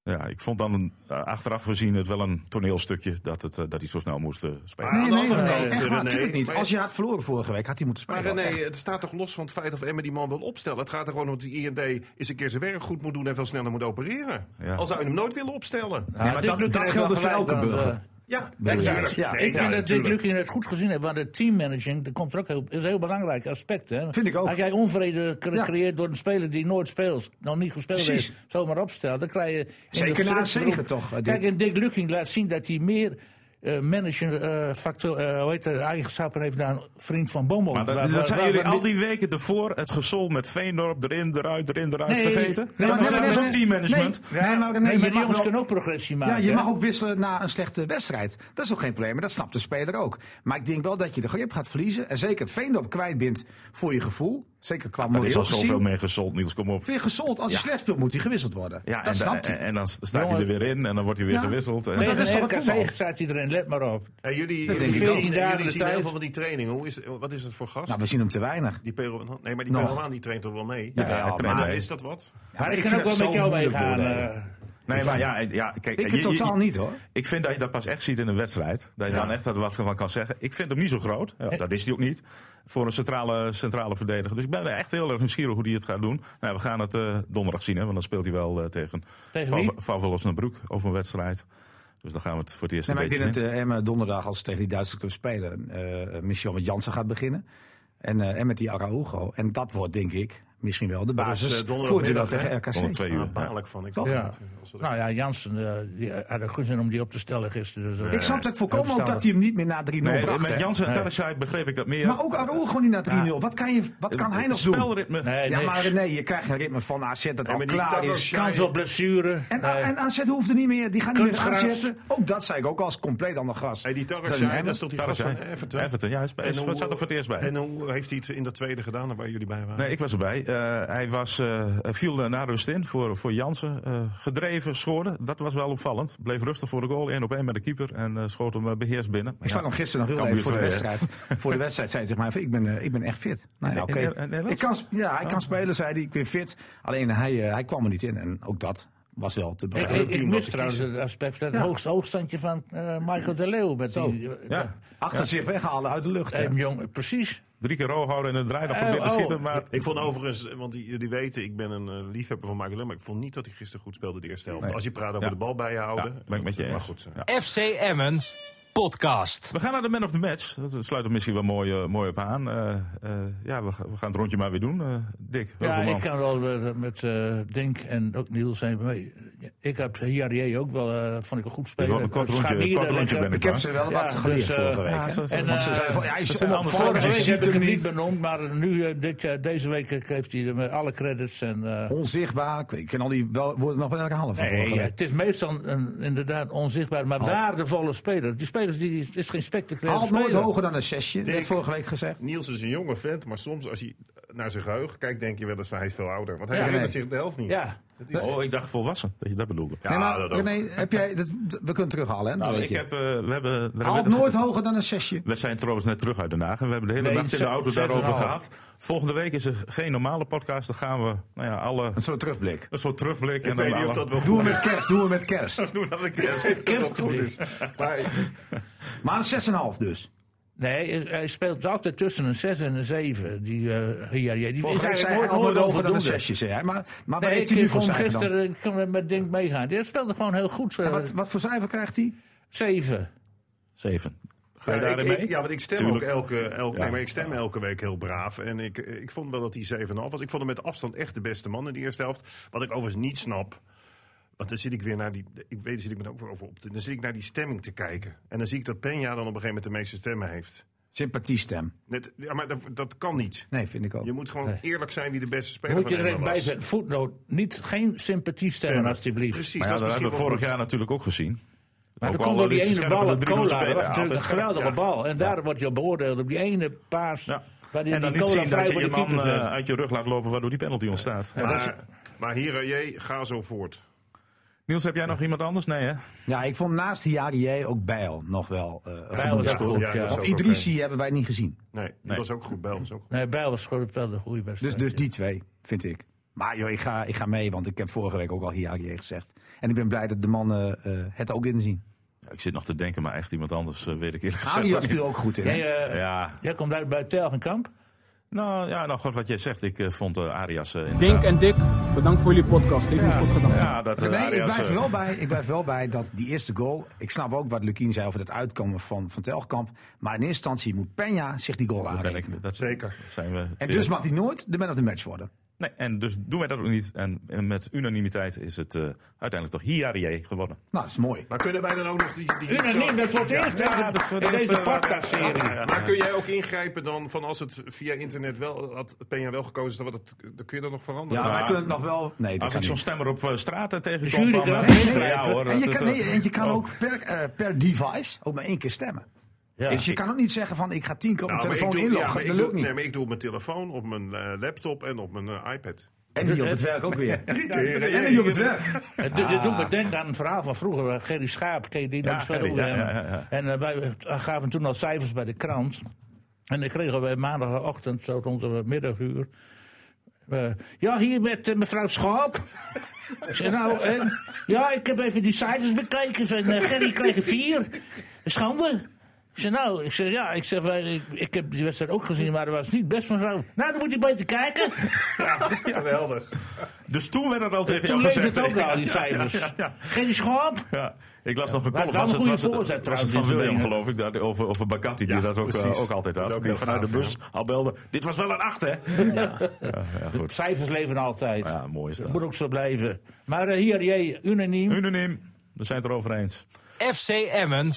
B: Ja, ik vond dan eh, achteraf gezien het wel een toneelstukje dat, het, eh, dat hij zo snel moest eh, spelen.
F: Maar-
D: Nee,
F: Aan de
D: nee,
F: andere
D: nee,
F: kant,
D: echt
F: René,
D: waar, natuurlijk niet.
F: maar-
D: Als je had verloren vorige week, had hij moeten
F: Maar
D: spelen.
F: René,
D: Echt.
F: het staat toch los van het feit of Emmen die man wil opstellen. Het gaat er gewoon om dat die IND eens een keer zijn werk goed moet doen en veel sneller moet opereren.
B: Ja.
F: Al zou je hem nooit willen opstellen.
E: Nou,
D: maar
E: Dick
D: dat-
E: Lukien
D: dat
E: heeft
D: geldt dus
E: wel
D: voor
E: gelijk,
D: elke
E: want,
D: burger.
E: eh,
F: Ja,
D: Ja,
F: natuurlijk.
D: ja.
F: Nee,
E: ik vind
F: ja,
E: dat Dick
F: natuurlijk.
E: Lukien het goed gezien heeft. Want de teammanaging, dat komt er ook heel, is een heel belangrijk aspect. Hè?
D: Vind ik ook.
E: Als jij onvrede cre-
D: Ja.
E: creëert door een speler die nooit speelt, nog niet gespeeld
D: Precies.
E: heeft, zomaar opstelt, dan krijg je... in
D: Zeker
E: de
D: na een
E: terugdruk-
D: zege toch, eh, Dick?
E: Kijk, en Dick Lukien laat zien dat hij meer... eh manager, eh factor, eh, hoe heet dat, eigenschappen heeft dan vriend van Bommel.
B: Maar dat,
E: Waar-
B: dat
E: waar-
B: zijn
E: waar-
B: jullie
E: waar-
B: al die weken ervoor het gesol met Veendorp erin, eruit, erin, eruit
E: Nee.
B: vergeten. dat
E: Nee, maar-
B: was
E: nee,
B: ook
E: nee,
B: teammanagement.
D: Nee, nee, maar René,
E: Nee, maar
D: je
E: die
D: mag
E: jongens
D: wel-
E: kunnen ook progressie maken.
D: Ja, je
E: hè?
D: mag ook wisselen na een slechte wedstrijd. Dat is ook geen probleem, maar dat snapt de speler ook. Maar ik denk wel dat je de grip gaat verliezen. En zeker Veendorp kwijt bent voor je gevoel. Zeker qua
B: Er is
D: moreel
B: al zoveel
D: gezien.
B: meer gesold, Niels, kom op.
D: Vind je gesold? Als je slecht speelt, moet hij gewisseld worden.
B: Ja,
D: dat
B: en,
D: snapt
B: en,
D: hij.
B: en dan staat hij
E: Jongen.
B: er weer in en dan wordt hij weer
D: Ja.
B: gewisseld. En,
D: Maar
E: Tegen
D: dat is toch het
E: RKC
D: voetbal?
E: staat iedereen, let maar op.
F: Hey, jullie
D: Dat
F: jullie
D: denk ik
F: zien,
E: ook.
F: jullie
E: Dagen de
F: zien
E: tijd.
F: heel veel van die trainingen. Hoe is, wat is het voor gast?
D: Nou, we zien hem te weinig.
F: die Peru, nee, maar die
D: Nog.
F: Peruaan die traint toch wel mee?
D: Ja, hij traint
F: maar
D: mee.
F: is dat wat?
E: maar ik
D: ik
E: kan
D: vind
E: ook wel
D: het
E: met
D: zo
E: jou
D: moeilijk
E: meegaan.
D: beoordelen.
E: eh.
B: nee, maar ja, ja kijk.
D: Ik
B: je-
D: het
B: je-
D: totaal niet hoor.
B: Ik vind dat je dat pas echt ziet in een wedstrijd. Dat je dan echt daar wat van kan zeggen. Ik vind hem niet zo groot. Ja, dat is hij ook niet. Voor een centrale, centrale verdediger. Dus ik ben echt heel erg nieuwsgierig hoe hij het gaat doen. Nou, we gaan het eh, donderdag zien. Hè, want dan speelt hij wel eh, tegen,
E: Tegen wie?
B: Van Velosnabroek over een wedstrijd. Dus dan gaan we het voor het eerst
D: Nee,
B: een
D: maar ik
B: beetje
D: denk
B: zien.
D: dat eh, Emma donderdag, als ze tegen die Duitse club spelen, eh Michel met Jansen gaat beginnen. En, eh, en met die Araujo. En dat wordt, denk ik, misschien wel de
F: Dat is,
D: basis
F: eh,
D: voor het duel
F: donderdagmiddag,
D: tegen
F: hè?
D: RKC.
B: Onder twee uur.
F: Daar
B: ja.
F: baal Ah, ik van. Ik
D: Toch?
F: weet
E: Ja.
F: het niet. Als we dat-
E: Nou ja, Jansen eh, die had het goed zin om die op te stellen gisteren. Dus, eh,
D: Ik snap het
E: heel
D: voorkomen ook
E: verstandig.
D: dat hij hem niet meer na 3-0
B: Nee,
D: bracht,
B: met
D: eh, hè.
B: Jansen en Tarasai begreep ik dat meer.
D: Maar ook Araujo niet na 3-0. Wat kan, je, wat kan hij
B: Het
D: nog doen?
B: Spelritme.
E: Nee,
D: Ja,
E: nee.
D: maar nee, je krijgt een ritme van AZ dat al
F: maar die
D: klaar
F: Taros-
D: is.
E: Kans op blessure.
D: En, en AZ hoeft er niet meer, die gaan niet meer
E: Kunstgras.
D: aanzetten. Ook dat zei ik ook als compleet ander gas.
F: Hey, die Tarras,
D: Dan
F: ja,
D: hem.
F: dat is toch die gast van
B: Tarasai.
F: Everton?
B: Everton, ja, hij is- hij is-
F: En hoe-
B: zat er voor het eerst bij.
F: En hoe heeft hij het in dat tweede gedaan waar jullie bij waren?
B: Nee, ik was erbij. Eh, eh, hij was, eh, viel eh, na rust in voor, voor Jansen. Eh, gedreven, schoorde. Dat was wel opvallend. Bleef rustig voor de goal. 1 op 1 met de keeper. En eh, schoot hem eh, beheerst binnen. Maar
D: Ik
B: ja,
D: sprak hem gisteren nog heel
B: Cambuur
D: even voor de
B: tweede.
D: wedstrijd. voor de wedstrijd zei hij tegen mij, ik ben, eh, ik ben echt fit. Nou ja,
B: In- in
D: oké.
B: Neder- in Nederland?
D: Ik kan sp- Ja, hij kan spelen, zei hij, ik ben fit. Alleen hij, eh, hij kwam er niet in en ook dat was wel te
E: Ik,
D: begrijpen.
E: ik, ik mis trouwens het aspect van het hoogst hoogstandje van eh, Michael de Leeuw. Met die,
B: ja.
D: Achter zich weghalen uit de lucht.
E: eh,
D: hè.
E: jong, precies.
B: Drie keer roog houden en een draai nog
E: Eh,
B: probeert te
E: oh.
B: schieten. Maar
F: Ik vond overigens, want die- jullie weten, ik ben een eh, liefhebber van Michael Lem, maar ik vond niet dat hij gisteren goed speelde de eerste helft. Als je praat over
B: Ja.
F: de bal bijhouden.
B: Ja, ben ik met je
F: Maar
B: eens.
F: goed, eh,
B: Ja.
K: FC Emmen podcast.
B: We gaan naar de man of the match. Dat sluit er misschien wel mooi, eh, mooi op aan. Eh, eh, ja, we, ga- we gaan het rondje maar weer doen, eh, Dick.
E: Ja,
B: Heuvelman.
E: ik kan wel met, met eh, Dink en ook Niels even mee. Ik heb Hiarie ook wel, eh, vond ik een goed
B: Dus
E: speler.
B: wel een kort rondje,
E: Scharnier,
B: kort rondje
E: eh,
B: ben ik
D: Ik heb
B: maar.
D: ze wel
E: Ja,
D: wat
E: dus,
D: geleerd
E: eh,
D: vorige week.
B: ja,
D: hè.
B: zo- zo-
E: En,
D: Want ze
E: eh,
D: zeiden van, ja, hij
B: dat
D: is
B: zijn
D: een
B: andere
E: Vorige
B: Volgens
E: week
B: je
E: heb
B: ziet
E: ik
B: hem
E: hem
B: niet.
E: niet benoemd, maar nu, eh, dit, eh, deze week eh, geeft hij hem eh, alle credits. En, eh,
D: Onzichtbaar. Ik weet- Ik ken al die wel, woorden nog wel herhalen van vorige
E: eh,
D: week. Oh.
E: het is meestal een, inderdaad onzichtbaar, maar waardevolle speler. Die spelers die het is geen spectaculaire
D: Haalt nooit
E: speler.
D: hoger dan een zesje,
F: Dick.
D: werd vorige week gezegd.
F: Niels is een jonge vent, maar soms als je naar zijn geheugen kijkt, denk je wel eens van hij is veel ouder. Want hij
E: Ja,
F: herinnert
D: nee.
F: zich de helft niet.
E: Ja.
F: Dat
D: eh,
F: is,
B: Oh, ik dacht volwassen, dat je dat bedoelde.
F: ja,
D: Nee,
F: Nou, dat
D: maar
F: ook.
D: René, heb jij, dat, dat- we kunnen terughalen, hè? dat
B: Nou,
D: weet
B: ik
D: je.
B: heb, eh, we hebben, we
D: Haalt
B: hebben-
D: nooit hoger dan een zesje.
B: We zijn trouwens net terug uit Den Haag en we hebben de hele
E: Nee,
B: nacht in de
E: zes-
B: auto
E: zes en
B: daarover
E: een half.
B: gehad. Volgende week is er geen normale podcast. Dan gaan we nou ja, alle,
D: Een soort terugblik.
B: een soort terugblik. en
F: Ik weet
B: dan
F: niet of
B: alle-
F: dat wel
D: Doen
F: goed
D: we
F: is.
D: met kerst, doen we met kerst.
F: Doen dat ik het
E: Kerst-
F: goed is. Maar
D: Maar een 6,5 dus.
E: Nee, hij speelt altijd tussen een 6 en een 7. Die, eh Hiarie, die is
D: Vorige week zei hij
E: eigenlijk nooit,
D: al
E: nooit
D: nooit over dan een
E: onvoldoende.
D: zesje, zei hij. Maar, maar waar
E: Nee,
D: heeft hij nu
E: ik
D: voor
E: kon
D: cijfer dan?
E: gisteren ik kon met Dink meegaan. Die speelde gewoon heel goed. eh,
D: En Wat, wat voor cijfer krijgt hij?
E: Zeven.
B: Zeven. Ga je
F: Ja, ik-
B: daarin
F: Eh, ik-
B: mee?
F: ja, want ik stem
B: Tuurlijk.
F: ook elke, elke,
B: Ja.
F: nee, maar ik stem elke week heel braaf. En ik, ik vond wel dat hij 7,5 was. Ik vond hem met afstand echt de beste man in de eerste helft. Wat ik overigens niet snap. Want dan zit ik weer naar die. Ik weet, daar zit ik me ook weer over op. te- Dan zit ik naar die stemming te kijken. En dan zie ik dat Penja dan op een gegeven moment de meeste stemmen heeft.
D: Sympathiestem.
F: Net, ja, maar dat, dat kan niet.
D: Nee, vind ik ook.
F: Je moet gewoon eerlijk zijn wie de beste speler
E: Moet je
F: van
E: er even
F: Nederland
E: bij
F: was.
E: zetten. Voetnoot. Niet, geen sympathie stemmen, alsjeblieft.
F: Precies,
B: Maar ja,
F: dat
B: dat
F: is
B: hebben we
F: misschien
B: vorig
F: wel
B: jaar natuurlijk ook gezien.
E: Maar
B: Ook
E: dan
B: al
E: komt door die
B: liet
E: ene
B: scherpen
E: bal
B: de
E: uit
B: drie
E: Cola. Dat
B: doelspelen,
E: was
F: eh,
E: natuurlijk een
B: altijd
E: geweldige bal. En daar wordt je beoordeeld op die ene paas.
B: Ja.
E: Waarin
B: En dan
E: die
B: niet
E: Cola
B: zien
E: vrij
B: dat je
E: voor
B: je
E: de
B: man
E: keeper
B: eh,
E: zet.
B: uit je rug laat lopen waardoor die penalty ontstaat. Ja, dat is-
F: goed. Maar, maar Hiraye, ga zo voort.
B: Niels, heb jij nog iemand anders? Nee, hè?
D: Ja, ik vond naast Hiarie ook Bijl nog wel eh, een
E: Bijl
D: goede
E: was
D: score.
E: goed, ja.
F: dat is
E: Want
F: ook
D: Want
F: oké.
D: Idrissi hebben wij niet gezien.
F: Nee, dat
B: Nee.
F: was ook goed. Bijl was ook goed.
E: Nee, Bijl was gewoon wel de goede
D: Dus,
E: wedstrijd.
D: dus die twee, vind ik. Maar joh, ik ga, ik ga mee, want ik heb vorige week ook al Hiarie gezegd. En ik ben blij dat de mannen eh, het ook inzien.
B: Ja, ik zit nog te denken, maar echt iemand anders eh, weet ik eerlijk gezegd ook
D: Arias
B: niet.
D: viel ook goed in. hè?
E: Jij, eh,
B: Ja,
E: Jij komt uit bij Telgenkamp.
B: nou ja, nou goed, wat jij zegt, ik eh, vond eh, Arias eh, inderdaad-
C: Dink en Dick, bedankt voor jullie podcast. Heeft me goed gedaan.
B: Ja, dat eh,
D: Nee, ik
B: Arias,
D: blijf,
B: eh,
D: er wel bij, ik blijf wel bij dat die eerste goal. Ik snap ook wat Lukien zei over het uitkomen van, van Telkamp. Maar in eerste instantie moet Peña zich die goal
B: ben
D: aanrekenen.
B: ik, dat
F: Zeker.
B: Zijn we
D: En
B: zeer-
D: dus mag hij nooit de man of the match worden.
B: nee, en dus doen wij dat ook niet. En, en met unanimiteit is het eh, uiteindelijk toch Hiarie geworden.
D: Nou, dat is mooi.
F: Maar kunnen wij dan ook nog die. die
E: Unaniem, dat is voor het eerst hè,
B: dat is voor het
E: in
B: eerst,
E: deze
B: eh,
E: podcastserie.
F: Maar kun jij ook ingrijpen dan van als het via internet wel had Peña wel gekozen, dan, het, dan kun je dat nog veranderen. Nou,
D: Ja, wij kunnen het nog wel. Nee, dat
B: Als
D: kan
B: ik zo'n
D: niet.
B: stemmer op eh, straat eh, tegenkom,
E: Jury
B: dan,
E: kan
B: eh,
E: ook niet
B: ja,
E: ingrijpen.
B: hoor,
D: En je
B: dat-
D: kan,
B: dat-
D: nee, en je kan
B: oh.
D: ook per, eh, per device ook maar één keer stemmen.
E: Ja.
D: Dus je kan ook niet zeggen van ik ga tien keer op mijn
F: Nou, maar
D: telefoon
F: ik doe, ja,
D: inloggen.
F: maar ik
D: dat
F: doe-
D: lukt niet.
F: Nee, maar ik doe op mijn telefoon, op mijn eh, laptop en op mijn eh, iPad.
D: En hier op het werk ook weer.
F: keer,
D: En hier op het werk.
E: Het, dit- dit doet me denken aan een verhaal van vroeger. waar Gerry Schaap, ken je die nog zo?
B: Gerry, Ah. ja,
E: En-
B: ja, ja, ja.
E: En eh, wij gaven toen al cijfers bij de krant. En dan kregen wij maandagochtend, zo rond de middaguur... eh, ja, hier met eh, mevrouw Schaap. Ik zei, nou, en, ja, ik heb even die cijfers bekeken. Van, eh, Gerry kreeg een vier. Schande. Ik zei, nou, ik zeg, ja, ik, zeg, wij- ik, ik heb die wedstrijd ook gezien, maar dat was niet best van zo. Nou, dan moet je beter kijken.
F: Geweldig.
B: Dus toen werd dat al tegen jou
E: Toen leefde
B: gezegd.
E: het ook al, die
B: Ja, ja,
E: cijfers.
B: ja, ja.
E: Geen schaap.
B: Ja, ik las nog een
E: Maar
B: column. Was
E: het was een
B: het,
E: goede
B: was het,
E: voorzet
B: was het van
E: trouwens, die
B: William,
E: dingen.
B: geloof ik, daar- over, over Bagatti, die
F: Ja,
B: dat ook, eh,
F: precies.
B: ook altijd
F: Dat is
B: had.
F: ook
B: Die
F: heel
B: vanuit de
F: gaaf,
B: bus al belde. Dit was wel een acht, hè?
E: Cijfers leven altijd.
B: Ja, mooi is
E: Dat moet
B: dat. Hm?
E: ook zo blijven. Maar eh, hier, jij, unaniem.
B: Unaniem. We zijn het erover eens.
K: FC Emmen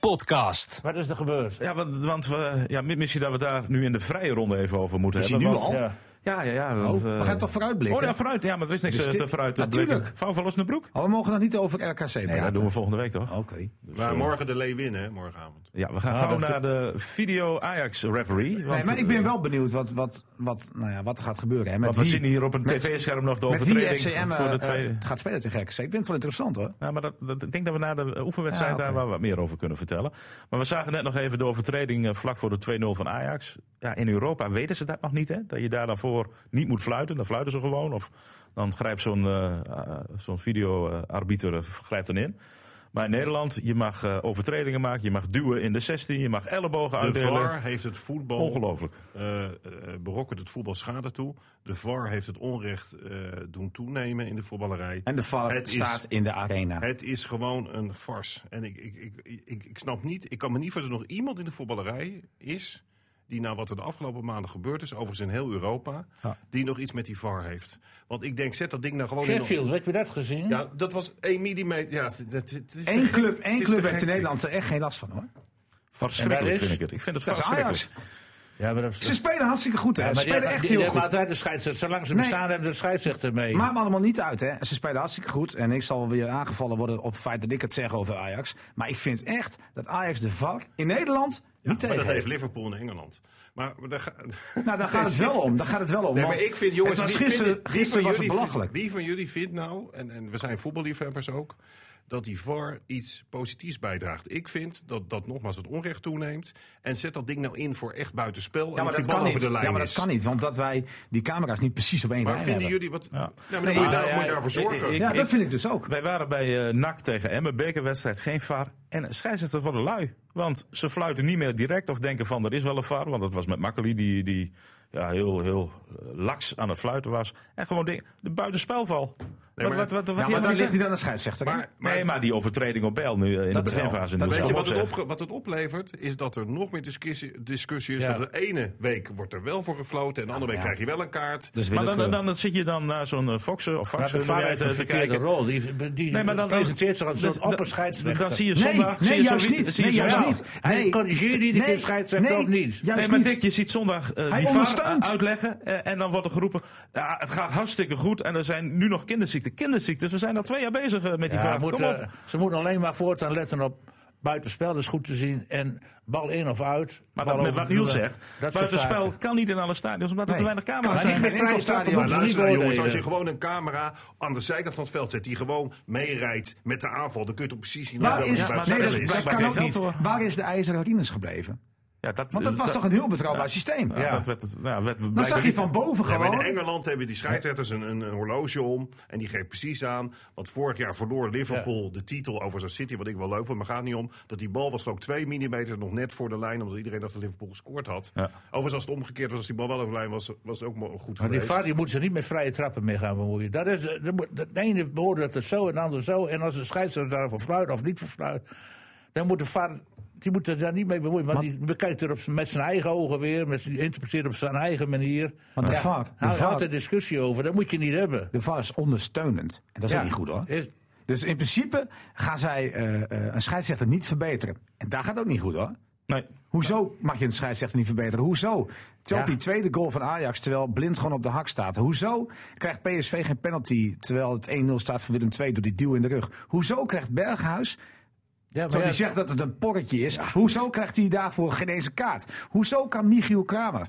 K: podcast.
E: Wat is er gebeurd?
B: Ja, want, want we, ja, misschien dat we daar nu in de vrije ronde even over moeten
D: Is hij
B: hebben.
D: nu
B: want-
D: al?
E: Ja.
B: Ja. Ja, ja, ja. want,
D: Oh, we
B: eh,
D: gaan toch Dus vooruitblikken?
B: Oh ja, vooruit. Ja, maar er is niks eh,
D: Discu-
B: te vooruit te
D: Natuurlijk.
B: blikken. Van van Osnabroek?
D: Oh, we mogen nog niet over RKC praten.
B: Nee, dat doen we volgende week toch?
D: Oké.
F: Maar morgen de Lee winnen, hè, morgenavond.
B: Ja, we gaan
E: Ah,
B: gauw
E: dat-
B: naar de video Ajax referee.
D: Nee,
B: want,
D: maar ik
B: eh,
D: ben wel benieuwd wat, wat, wat, nou ja, wat er gaat gebeuren. Hè, met
B: Want we
D: wie-
B: zien hier op een
D: met-
B: tv-scherm nog de
D: Met wie
B: overtreding
D: FCM
B: voor de
D: eh,
B: tweede.
D: eh, gaat spelen tegen RKC. Ik vind het wel interessant hoor.
B: Nou, maar dat, dat- ik denk dat we na de eh, oefenwedstrijd
D: Ja, oké.
B: daar wel wat meer over kunnen vertellen. Maar we zagen net nog even de overtreding eh, vlak voor de 2-0 van Ajax. Ja, in Europa weten ze dat nog niet, hè? Dat je daar dan voor niet moet fluiten. Dan fluiten ze gewoon. Of dan grijpt zo'n eh, eh, zo'n video-arbiter eh, grijpt erin. Maar in Nederland, je mag eh, overtredingen maken. Je mag duwen in de 16. Je mag ellebogen
F: De
B: uitdelen.
F: VAR heeft het voetbal
B: Ongelooflijk.
F: eh eh, berokkent het voetbal schade toe. De VAR heeft het onrecht eh, doen toenemen in de voetballerij.
D: En de VAR
F: Het is-
D: staat in de arena.
F: Het is gewoon een farce. En ik, ik, ik, ik, ik snap niet, ik kan me niet voorstellen dat er nog iemand in de voetballerij is. die na wat er de afgelopen maanden gebeurd is, overigens in heel Europa. die nog iets met die VAR heeft. Want ik denk, zet dat ding nou gewoon in.
E: Sheffield, heb je dat gezien?
F: Ja, dat was 1 millimeter. Ja, dat, dat, het is te
D: Eén
F: gek.
D: club,
F: Het
D: één
F: is
D: club
F: te
D: heeft in
F: gek.
D: Nederland er echt geen last van hoor.
E: En
B: Verschrikkelijk
E: daar is-
B: vind ik het. Ik vind het
D: Dat is
B: verschrikkelijk.
D: Ajax.
E: Ja, maar dat
D: Ze spelen hartstikke goed hè.
E: Ja,
D: ze
E: maar die,
D: spelen
E: die-
D: echt
E: die
D: heel
E: nemen
D: goed.
E: altijd de scheidsrechter. Zolang ze
D: Nee.
E: bestaan hebben de scheidsrechter mee.
D: Maakt me allemaal niet uit, hè. Ze spelen hartstikke goed. En ik zal weer aangevallen worden op het feit dat ik het zeg over Ajax. Maar ik vind echt dat Ajax de VAR in Nederland niet
F: Maar
D: tegen
F: dat heeft
D: heeft.
F: Liverpool in Engeland. Maar, maar daar ga-
D: Nou, daar gaat het wel om. Daar gaat het wel om.
F: Nee,
D: want
F: maar ik vind, jongens,
D: het was
F: wie vindt-
D: gisteren,
F: wie
D: gisteren
F: van
D: was het
F: jullie vindt-
D: belachelijk.
F: Wie van jullie vindt nou, en, en we zijn voetballiefhebbers ook, dat die VAR iets positiefs bijdraagt? Ik vind dat dat nogmaals het onrecht toeneemt. En zet dat ding nou in voor echt buitenspel.
D: Ja,
F: en
D: maar
F: of die
D: dat
F: bal
D: kan
F: over
D: niet.
F: de lijn
D: Ja, maar dat
F: is.
D: kan niet. Want dat wij die camera's niet precies op één
F: Maar
D: lijn
F: vinden
D: hebben.
F: jullie wat. Nou, maar dan
D: Nee,
F: moet je,
D: nou
F: daar,
D: ja,
F: moet je daarvoor zorgen.
B: ik-
D: Ja, dat vind ik dus ook.
B: Wij waren bij eh, NAC tegen Emmen, bekerwedstrijd, geen VAR. En een scheidsrechter van de lui. Want ze fluiten niet meer direct of denken van er is wel een VAR. Want dat was met Makkeli die, die ja, heel, heel eh, laks aan het fluiten was. En gewoon de, de buitenspelval. wat,
F: maar-
B: wat, wat, wat
D: Ja,
B: die
D: maar
B: hebben
D: daar ligt
B: gezegd?
D: hij dan een scheidsrechter. hè?
F: Maar-
B: nee, maar die overtreding op Bijl nu eh, in
D: Dat
B: de
D: wel.
B: beginfase.
D: Dat
B: moet
F: Weet
B: ik hem
F: je wat het,
B: opzeggen.
F: opge- wat het oplevert? Is dat er nog meer discussie, discussie is.
E: Ja.
F: Dat de ene week wordt er wel voor gefloten. En de andere week
D: ja.
F: krijg je wel een kaart.
D: Dus
B: Maar dan,
D: willekeur.
B: dan, dan zit je dan naar zo'n eh, Foxen of
E: Maar
B: Faxen
E: de VAR heeft een
B: eh, te, te
E: verkeerde
B: kijken.
E: rol. Die, die
B: Nee, maar dan
E: presenteert zich als
B: dan-
E: een
B: dan-
E: opperscheidsrechter.
B: Dan zie je
D: Nee,
B: zondag. zie
D: nee,
B: je zo
D: juist
B: wie-
D: niet.
B: zie je
D: Nee,
B: zo wie-
D: juist niet.
E: Hij
D: Nee,
E: corrigeert niet, de
D: nee,
E: keer scheidsrechter
D: nee,
E: of niet.
D: juist
B: nee, maar
D: niet.
B: Dick, je ziet zondag eh,
D: Hij
B: die VAR
D: ondersteunt.
B: uitleggen. eh, en dan wordt er geroepen, ja, het gaat hartstikke goed. En er zijn nu nog kinderziekten. Kinderziektes, we zijn al twee jaar bezig eh, met die
E: Ja,
B: VAR.
E: moet,
B: Kom op.
E: eh, ze moeten alleen maar voortaan letten op buitenspel. Dat is goed te zien. En bal in of uit.
B: maar
E: bal
B: dat, met
E: over
B: wat
E: de
B: Niels
E: doelen.
B: zegt,
E: Dat soort
B: buitenspel
E: zaken.
B: kan niet in alle stadions. Omdat er te
D: Nee,
B: weinig camera's
D: kan
E: Maar
B: zijn.
E: niet met
D: Geen enkel
E: vrije
D: stadion.
E: trappen
F: Maar
E: moeten ze niet
F: luister nou, jongens, als je
E: beoordelen.
F: gewoon een camera aan de zijkant van het veld zet die gewoon meerijdt met de aanval, dan kun je toch precies zien
D: Waar
F: dat
D: is,
F: het
B: maar
D: nee,
B: daar
F: buitenspel
B: is
D: dat, dat
B: blijkbaar
D: kan
B: geen
D: ook
B: geld
D: niet.
B: voor.
D: Waar is de ijzeren Rines gebleven?
B: Ja, dat,
D: Want dat was toch een heel betrouwbaar systeem?
B: Ja, dat werd, het- nou, ja, werd
D: Dan
B: blijkbaar
D: zag je
B: niet.
D: van boven
F: Ja, maar in
D: gewoon.
F: Engeland hebben die scheidsrechters een, een, een horloge om. En die geeft precies aan. Want vorig jaar verloor Liverpool de titel over zijn City. Wat ik wel leuk vond, maar gaat niet om. Dat die bal was geloof ik twee millimeter nog net voor de lijn. Omdat iedereen dacht dat Liverpool gescoord had.
B: Ja.
F: Overigens, als het omgekeerd was, als die bal wel over de lijn was, was het ook mo- goed
E: Maar die
F: geweest.
E: VAR die moet ze niet met vrije trappen mee gaan bemoeien. Dat is, eh, dat moet- de ene beoordeelt het zo en de ander zo. En als de scheidsrechter daarvoor fluit of niet verfluit, dan moet de VAR die moet er daar niet mee bemoeien. Want die bekijkt er op, z'n- met zijn eigen ogen weer, met, zijn- die interpreteert op zijn eigen manier.
D: Want de
E: Ja,
D: VAR de
B: Nou,
E: Hou
D: VAR
E: houdt er discussie over, dat moet je niet hebben.
D: de VAR is ondersteunend. En dat is ook niet goed hoor.
E: Is-
D: Dus in principe gaan zij eh, eh, een scheidsrechter niet verbeteren. En daar gaat ook niet goed hoor.
B: Nee.
D: Hoezo mag je een scheidsrechter niet verbeteren? Hoezo telt
E: Ja.
D: die tweede goal van Ajax terwijl Blind gewoon op de hak staat? Hoezo krijgt PSV geen penalty terwijl het 1-0 staat voor Willem II door die duw in de rug? Hoezo krijgt Berghuis,
E: ja, maar
D: zo die
E: ja,
D: zegt dat het een porretje is, hoezo krijgt hij daarvoor geen eens een kaart? Hoezo kan Michiel Kramer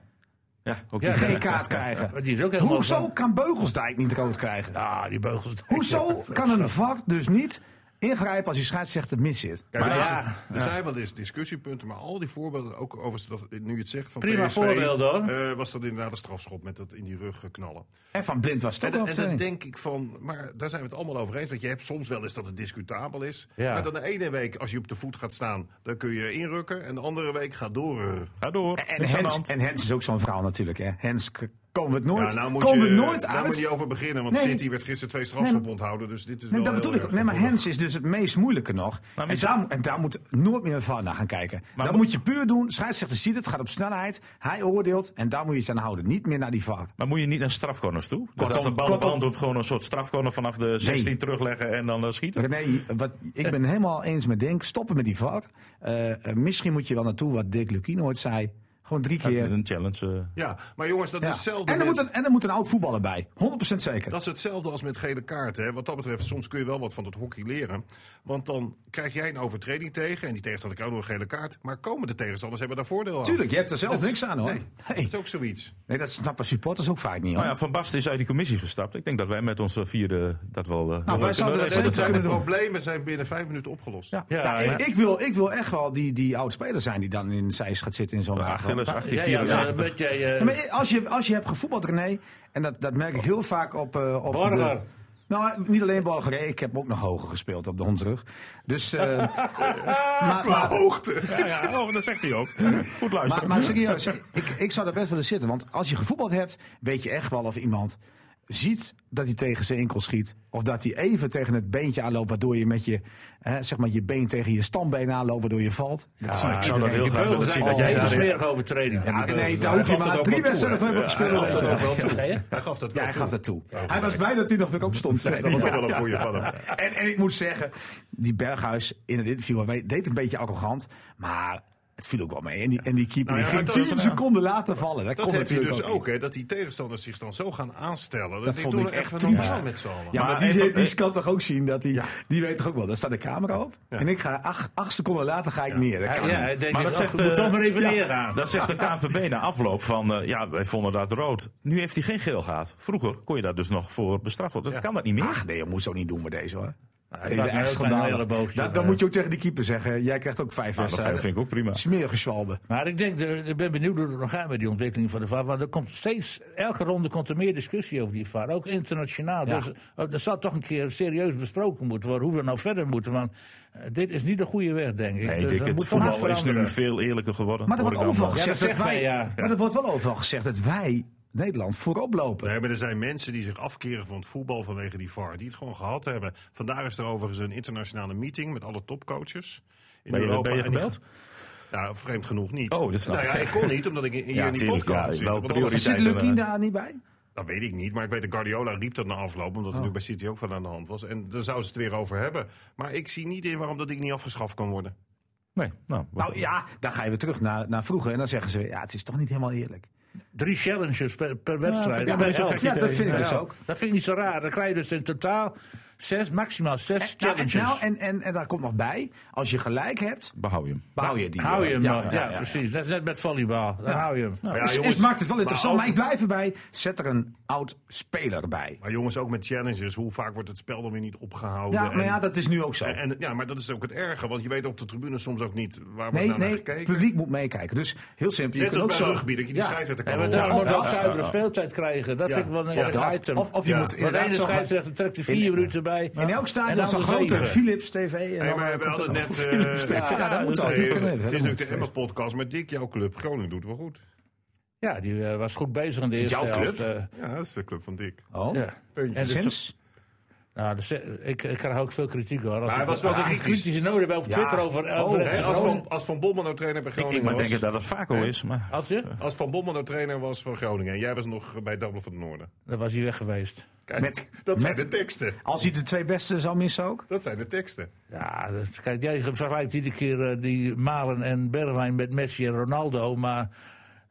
B: Ja, ook
E: Ja,
B: niet.
D: geen kaart krijgen?
E: maar die is ook helemaal
D: Hoezo
E: van-
D: kan Beugelsdijk niet rood krijgen?
E: Ah, die beugels.
D: Hoezo kan een VAR dus niet ingrijpen als die scheidsrechter mis zit?
F: Kijk,
E: Maar
F: er is-
E: ja.
F: er zijn wel eens discussiepunten, maar al die voorbeelden, ook overigens, dat, nu je het zegt van
E: Prima
F: PSV,
E: voorbeeld, hoor.
F: eh, was dat inderdaad een strafschop met dat in die rug eh, knallen.
D: En van Blind was het
F: En,
D: ook wel
F: dat- en dat
D: vervelend.
F: denk ik van, maar daar zijn we het allemaal over eens. Want je hebt soms wel eens dat het discutabel is.
E: Ja.
F: Maar dan de ene week, als je op de voet gaat staan, dan kun je inrukken. En de andere week gaat door.
B: Ga door.
D: En
B: Niks aan de
D: Hens,
B: hand.
D: en Hens is ook zo'n verhaal natuurlijk. Hè. Hens k- komen we het nooit,
F: nou
D: komen we
F: je,
D: nooit
F: daar moet je
D: uit.
F: niet over beginnen, want
D: Nee.
F: City werd gisteren twee
D: Nee,
F: strafschoppen
D: maar-
F: onthouden. Dus dit is
D: Nee,
F: wel
D: dat
F: heel
D: bedoel ik.
F: erg
D: ook. Nee, maar
F: gevoelig.
D: Hens is dus het meest moeilijke nog. en,
B: misschien-
D: daar, moet- en daar moet nooit meer een VAR naar gaan kijken. dat moet je puur doen. Scheidsrechter ziet het, gaat op snelheid. Hij oordeelt en daar moet je het aan houden. Niet meer naar die VAR.
B: Maar moet je niet naar strafcorners toe? Dus
D: Kortom,
B: als een bal op
D: kortom.
B: hand op gewoon een soort strafcorner vanaf de 16
D: Nee.
B: terugleggen en dan eh, schieten?
D: René, wat, ik ben helemaal eens met Denk. Stoppen met die VAR. Eh, eh, misschien moet je wel naartoe wat Dick Lukien ooit zei. Gewoon drie
B: Ja,
D: keer.
B: Een challenge. eh.
F: Ja, maar jongens, dat
D: Ja.
F: is hetzelfde.
D: En er
F: met-
D: moet een, en er moet een oud voetballer bij. 100% zeker.
F: Dat is hetzelfde als met gele kaarten. Hè. Wat dat betreft, soms kun je wel wat van het hockey leren. Want dan krijg jij een overtreding tegen. En die tegenstander kan ook nog een gele kaart. Maar komen de tegenstanders hebben daar voordeel aan.
D: Tuurlijk, je hebt er zelf
F: Dat is-
D: niks aan hoor.
F: Nee, dat
D: Nee.
F: is ook zoiets.
D: Nee, dat snappen supporters ook vaak niet hoor.
B: Nou ja, Van Basten is uit die commissie gestapt. Ik denk dat wij met onze vierde dat wel... eh, wel
D: Nou, wij zouden
B: kunnen
D: dat
B: regelen.
D: zeker
F: Zijn de
D: kunnen doen.
F: problemen zijn binnen vijf minuten opgelost.
B: Ja.
E: Ja,
D: Nou,
E: ja.
D: ik, ik wil, ik wil echt wel die, die oud speler zijn die dan in de zijs gaat zitten in zo'n wagen.
B: Achilles
E: Ja, ja,
B: 1884.
E: ja, weet jij, eh,
D: Ja, maar als je, als je hebt gevoetbald, René, en dat, dat merk ik heel vaak op. eh op
E: Borger.
D: de- nou, niet alleen Borger, hè, ik heb ook nog hoger gespeeld op de Hondsrug. Dus. eh, maar, maar,
B: Hoogte. Ja, ja, oh, dat zegt hij ook. Goed
D: maar,
B: luisteren.
D: maar serieus, ik, ik zou daar best willen zitten. Want als je gevoetbald hebt, weet je echt wel of iemand ziet dat hij tegen zijn enkel schiet. Of dat hij even tegen het beentje aanloopt, waardoor je met je, hè, zeg maar je been tegen je stambeen aanloopt, waardoor je valt. Dat zie
B: ik zou dat
D: iedereen.
B: heel graag willen zien. Dat jij
E: hele
B: daar...
E: smerige overtreding. van
D: Ja,
E: die
D: nee,
E: beugel.
D: daar hoef je
F: gaf dat
D: maar
F: ook
D: drie
F: wel toe,
D: wedstrijden
F: hè?
D: voor hebben gespeeld.
E: Ja, dat ook wel toe. Zei je?
F: Hij gaf dat wel
D: Ja, hij
F: toe.
D: gaf dat toe. Hij was blij dat hij nog weer op stond.
F: Dat was ook wel een goeie van hem.
D: En, en ik moet zeggen, die Berghuis in het interview hij deed een beetje arrogant, maar het viel ook wel mee. En die, en die keeper
F: Nou ja,
D: die
F: dat
D: ging
F: was
D: tien
F: een-
D: seconden later vallen. Dat,
F: Dat
D: kon
F: heeft hij
D: natuurlijk
F: dus ook,
D: niet.
F: hè, dat die tegenstanders zich dan zo gaan aanstellen. Dat,
D: Dat
F: ik
D: vond
F: doe
D: ik
F: echt
D: echt
F: even
D: triest.
F: normaal met z'n allen.
D: Ja, maar,
B: Maar
D: die,
B: even-
D: die kan toch ook zien dat hij... Die weet toch ook wel, daar staat de camera op. En ik ga acht, acht seconden later ga ik neer. Dat kan
E: Ja,
D: niet.
E: hij denkt,
B: Maar dat
E: oh,
B: zegt,
E: ik moet
B: eh,
E: toch maar even
D: ja.
E: neergaan.
B: Dat zegt de KNVB na afloop van, eh, ja, wij vonden dat rood. Nu heeft hij geen geel gehad. Vroeger kon je daar dus nog voor bestraft worden. Dat kan dat niet meer.
D: Ach nee, je moet zo niet doen met deze hoor.
E: hij
D: Deze echt
E: gaat een heel klein
D: schandalig.
E: elleboogje
D: Dat- Dan
E: erbij.
D: moet je ook tegen die keeper zeggen, jij krijgt ook vijf
B: Nou, dat vind
D: wedstrijden.
B: ik ook prima.
D: Smerige zwalbe.
E: Maar ik denk, eh, ik ben benieuwd hoe het nog gaat met die ontwikkeling van de VAR. Want er komt steeds, elke ronde komt er meer discussie over die VAR. Ook internationaal.
D: Ja.
E: Dus eh, er zal toch een keer serieus besproken moeten worden hoe we nou verder moeten. Want eh, dit is niet de goede weg, denk ik.
B: Nee,
E: Dus
B: Dick,
E: dat
B: het
E: moet van harte
B: voetbal is nu
E: veranderen.
B: veel eerlijker geworden.
D: Maar er
B: hoor
D: wordt
B: ik dan.
D: overal gezegd
E: dat
D: dat
E: zegt
D: wij...
E: hij, ja.
D: Maar er wordt wel overal gezegd dat wij, Nederland, voorop lopen.
F: Nee, maar er zijn mensen die zich afkeren van het voetbal vanwege die VAR. Die het gewoon gehad hebben. Vandaag is er overigens een internationale meeting met alle topcoaches. In
B: Ben je-
F: Europa.
B: ben je
F: En die-
B: gebeld?
F: Nou, vreemd genoeg niet.
B: Oh, dat snap
F: nou ja,
B: ik.
F: ik kon niet, omdat ik in- hier
B: Ja,
F: in die
B: tuurlijk,
F: podcast
B: ja,
F: zit.
B: wel
F: Want
B: prioriteit.
F: anders-
D: Zit
B: tijd en,
D: Lucky
B: eh,
D: daar niet bij?
F: Dat weet ik niet, maar ik weet dat Guardiola riep dat na afloop. Omdat
B: Oh.
F: het nu bij City ook wel aan de hand was. En daar zouden ze het weer over hebben. Maar ik zie niet in waarom dat ding niet afgeschaft kan worden.
B: Nee, nou,
D: Nou ja, dan ga je weer terug naar, naar vroeger. En dan zeggen ze, ja, het is toch niet helemaal eerlijk.
E: Drie challenges per, per wedstrijd.
D: ja,
E: Bij
D: dat is ook
E: elf.
D: gek idee. Ja, dat vind ik dus ook.
E: Dat vind ik niet zo raar. Dan krijg je dus in totaal zes, maximaal zes
D: Nou, en,
E: challenges.
D: nou, en, en, en daar komt nog bij, als je gelijk hebt,
B: behoud je hem.
D: behoud je die.
E: hou je hem
D: Ja,
E: nog. Ja,
D: ja, ja.
E: precies. Dat is net met volleybal. Dan hou je hem.
F: Maar
D: Dus- dus
F: jongens,
D: maakt het wel interessant, maar,
F: ook-
D: ik blijf erbij. Zet er een oud speler bij.
F: Maar jongens, ook met challenges. Hoe vaak wordt het spel dan weer niet opgehouden?
D: Ja, maar
F: En-
D: ja, dat is nu ook zo.
F: En, en- ja, maar dat is ook het erge, want je weet op de tribune soms ook niet waar wordt
D: Nee,
F: nou naar
D: nee, het
F: gekeken.
D: publiek moet meekijken. Dus heel simpel. Je
F: Net
D: kunt
F: als bij
D: ook zo...
F: rugby, dat je die scheidsrechter
E: Ja,
F: kan
E: maar
F: horen.
E: daarom moet
F: Ja,
E: je ook zuivere speeltijd krijgen. Dat
F: Ja.
E: vind ik wel een
D: Of
E: erg
D: dat,
E: item.
D: of, of je moet
F: Ja.
E: Want de
D: inderdaad
E: ene
D: zo... gaan-
E: scheidsrechter trekt er vier minuten bij.
D: In elk
E: En
D: stadion
E: dan
D: zo'n
E: de
D: grote
E: zeven.
D: Philips TV. En
F: Nee, maar
D: dan-
F: we hadden net... eh,
D: TV, ja, dat moet
F: dus,
D: ook.
F: eh,
D: Dat kunnen we even,
F: Het is
D: dat
F: natuurlijk de
D: moet even.
F: Emma-podcast, maar Dick, jouw club Groningen doet wel goed.
E: Ja, die eh, was goed bezig in de eerste
F: jouw
E: helft.
F: club?
E: eh,
F: Ja, dat is de club van Dick.
D: Oh,
E: ja. En
D: en
E: dus-
D: sinds?
E: nou, dus, eh, ik, ik krijg ook veel kritiek hoor. Als
F: Maar hij
E: ik-
F: was wel
E: als ik een
F: kritisch.
E: kritische nood heb over Twitter over... over-
F: Hè, als, van, als Van Bommel nou trainer bij
B: Ik, ik
F: Groningen
B: maar
F: was...
B: denk dat het vaak al is, maar...
E: Als je?
F: Als Van Bommel nou trainer was van Groningen en jij was nog bij Dabbel van het Noorden.
E: Dan was hij weg geweest.
F: Kijk,
D: Met-
F: dat zijn
D: met-
F: de teksten.
D: Als hij de twee beste zou missen ook?
F: Dat zijn de teksten.
E: Ja, dat- kijk, jij vergelijkt iedere keer eh, die Malen en Bergwijn met Messi en Ronaldo, maar...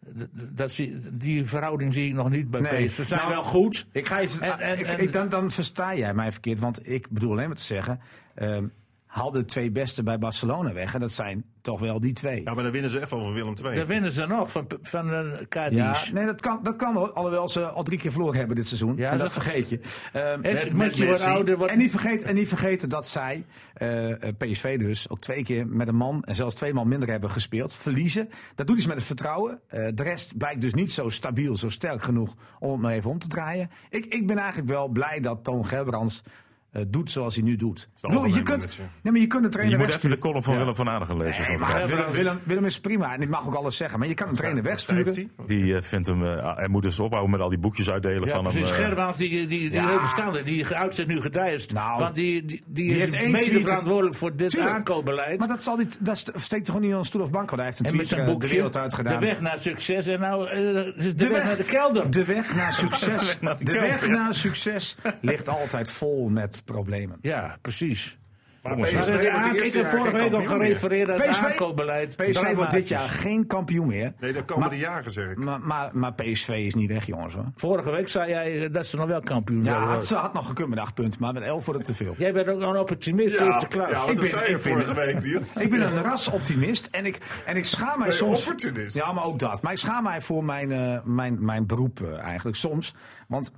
E: d- d- Dat zie, die verhouding zie ik nog niet bij
D: Nee.
E: PSV. Ze zijn
D: Nou,
E: wel goed.
D: Ik ga iets,
E: En- en-
D: ik,
E: en-
D: ik- dan, dan versta jij mij verkeerd, want ik bedoel alleen maar te zeggen... ehm, haal de twee beste bij Barcelona weg en dat zijn toch wel die twee.
F: Ja, maar dan winnen ze echt wel van Willem II.
E: Dan winnen ze nog van, van eh, Cadiz.
D: Ja, nee, dat kan, dat kan hoor. Alhoewel ze al drie keer verloren hebben dit seizoen.
E: Ja,
D: en dat,
E: dat-
D: vergeet je. Ehm,
E: Messi
F: met
E: wordt
F: Messi.
E: ouder, wordt-
D: en, niet vergeten, en niet vergeten dat zij, eh, eh, PSV dus, ook twee keer met een man en zelfs twee man minder hebben gespeeld. Verliezen. Dat doet iets met het vertrouwen. Eh, de rest blijkt dus niet zo stabiel, zo sterk genoeg om het maar even om te draaien. Ik, ik ben eigenlijk wel blij dat Toon Gerbrands eh, doet zoals hij nu doet. Ik bedoel, je
F: algemeen
D: kunt,
F: manager.
D: nee, maar je kunt een
B: Je
D: trainer
B: moet
D: wegsturen.
B: even de column van Willem van Aardigen lezen.
D: Nee,
B: van
D: maar
B: vandaag.
D: Willem, Willem, Willem is prima en ik mag ook alles zeggen. Maar je kan een trainer wegsturen.
B: Die eh, vindt hem... eh, hij moet dus ophouden met al die boekjes uitdelen
E: Ja,
B: van hem.
E: precies.
B: eh.
E: Gerbaans, die, die, die
D: Ja.
E: heeft verstanden, die uitzet nu gedijst.
D: Nou,
E: want die, die, die,
D: die heeft
E: is
D: één
E: mede
D: tweet.
E: verantwoordelijk voor dit
D: Tuurlijk.
E: aankoopbeleid.
D: Maar dat, zal niet, dat st- steekt toch niet aan een stoel of bank. Want hij heeft een
E: en met
D: tweet
E: zijn
D: eh, de
E: boekje,
D: wereld uitgedaan.
E: de weg naar succes en nou eh, de, weg, naar de kelder.
D: De weg naar succes.
B: naar de
D: de weg
B: kelder.
D: naar succes ligt altijd vol met problemen.
E: ja, precies.
B: Jongens,
E: Maar
F: PSV
E: de
F: wordt
E: Aak,
F: het
E: ik
F: eerste
E: heb
F: jaar
E: vorige
F: geen
E: week al
F: kampioen meer.
E: gerefereerd aan het
D: PSV
E: aankoopbeleid.
D: PSV wordt dit
E: Dramatisch.
D: jaar geen kampioen meer.
F: Nee, dat komen
D: Maar-
F: de jaren, zeg ik.
D: Maar, maar, maar PSV is niet weg, jongens. Hoor.
E: Vorige week zei jij eh, dat ze nog wel kampioen zouden
D: Ja, had-
E: worden.
D: ze had nog gekund met acht punten, maar met elf wordt het te veel.
E: Jij bent ook nog een opportunist, eerste klas.
F: ja, want
D: Ik
F: dat
D: ben-
F: zei je
D: ik ben-
F: vorige week, Niels.
D: Ik ben een rasoptimist en ik, en ik schaam mij
F: Ben je
D: soms.
F: opportunist?
D: Ja, maar ook dat. Maar ik schaam mij voor mijn, eh, mijn, mijn beroep eh, eigenlijk soms. Want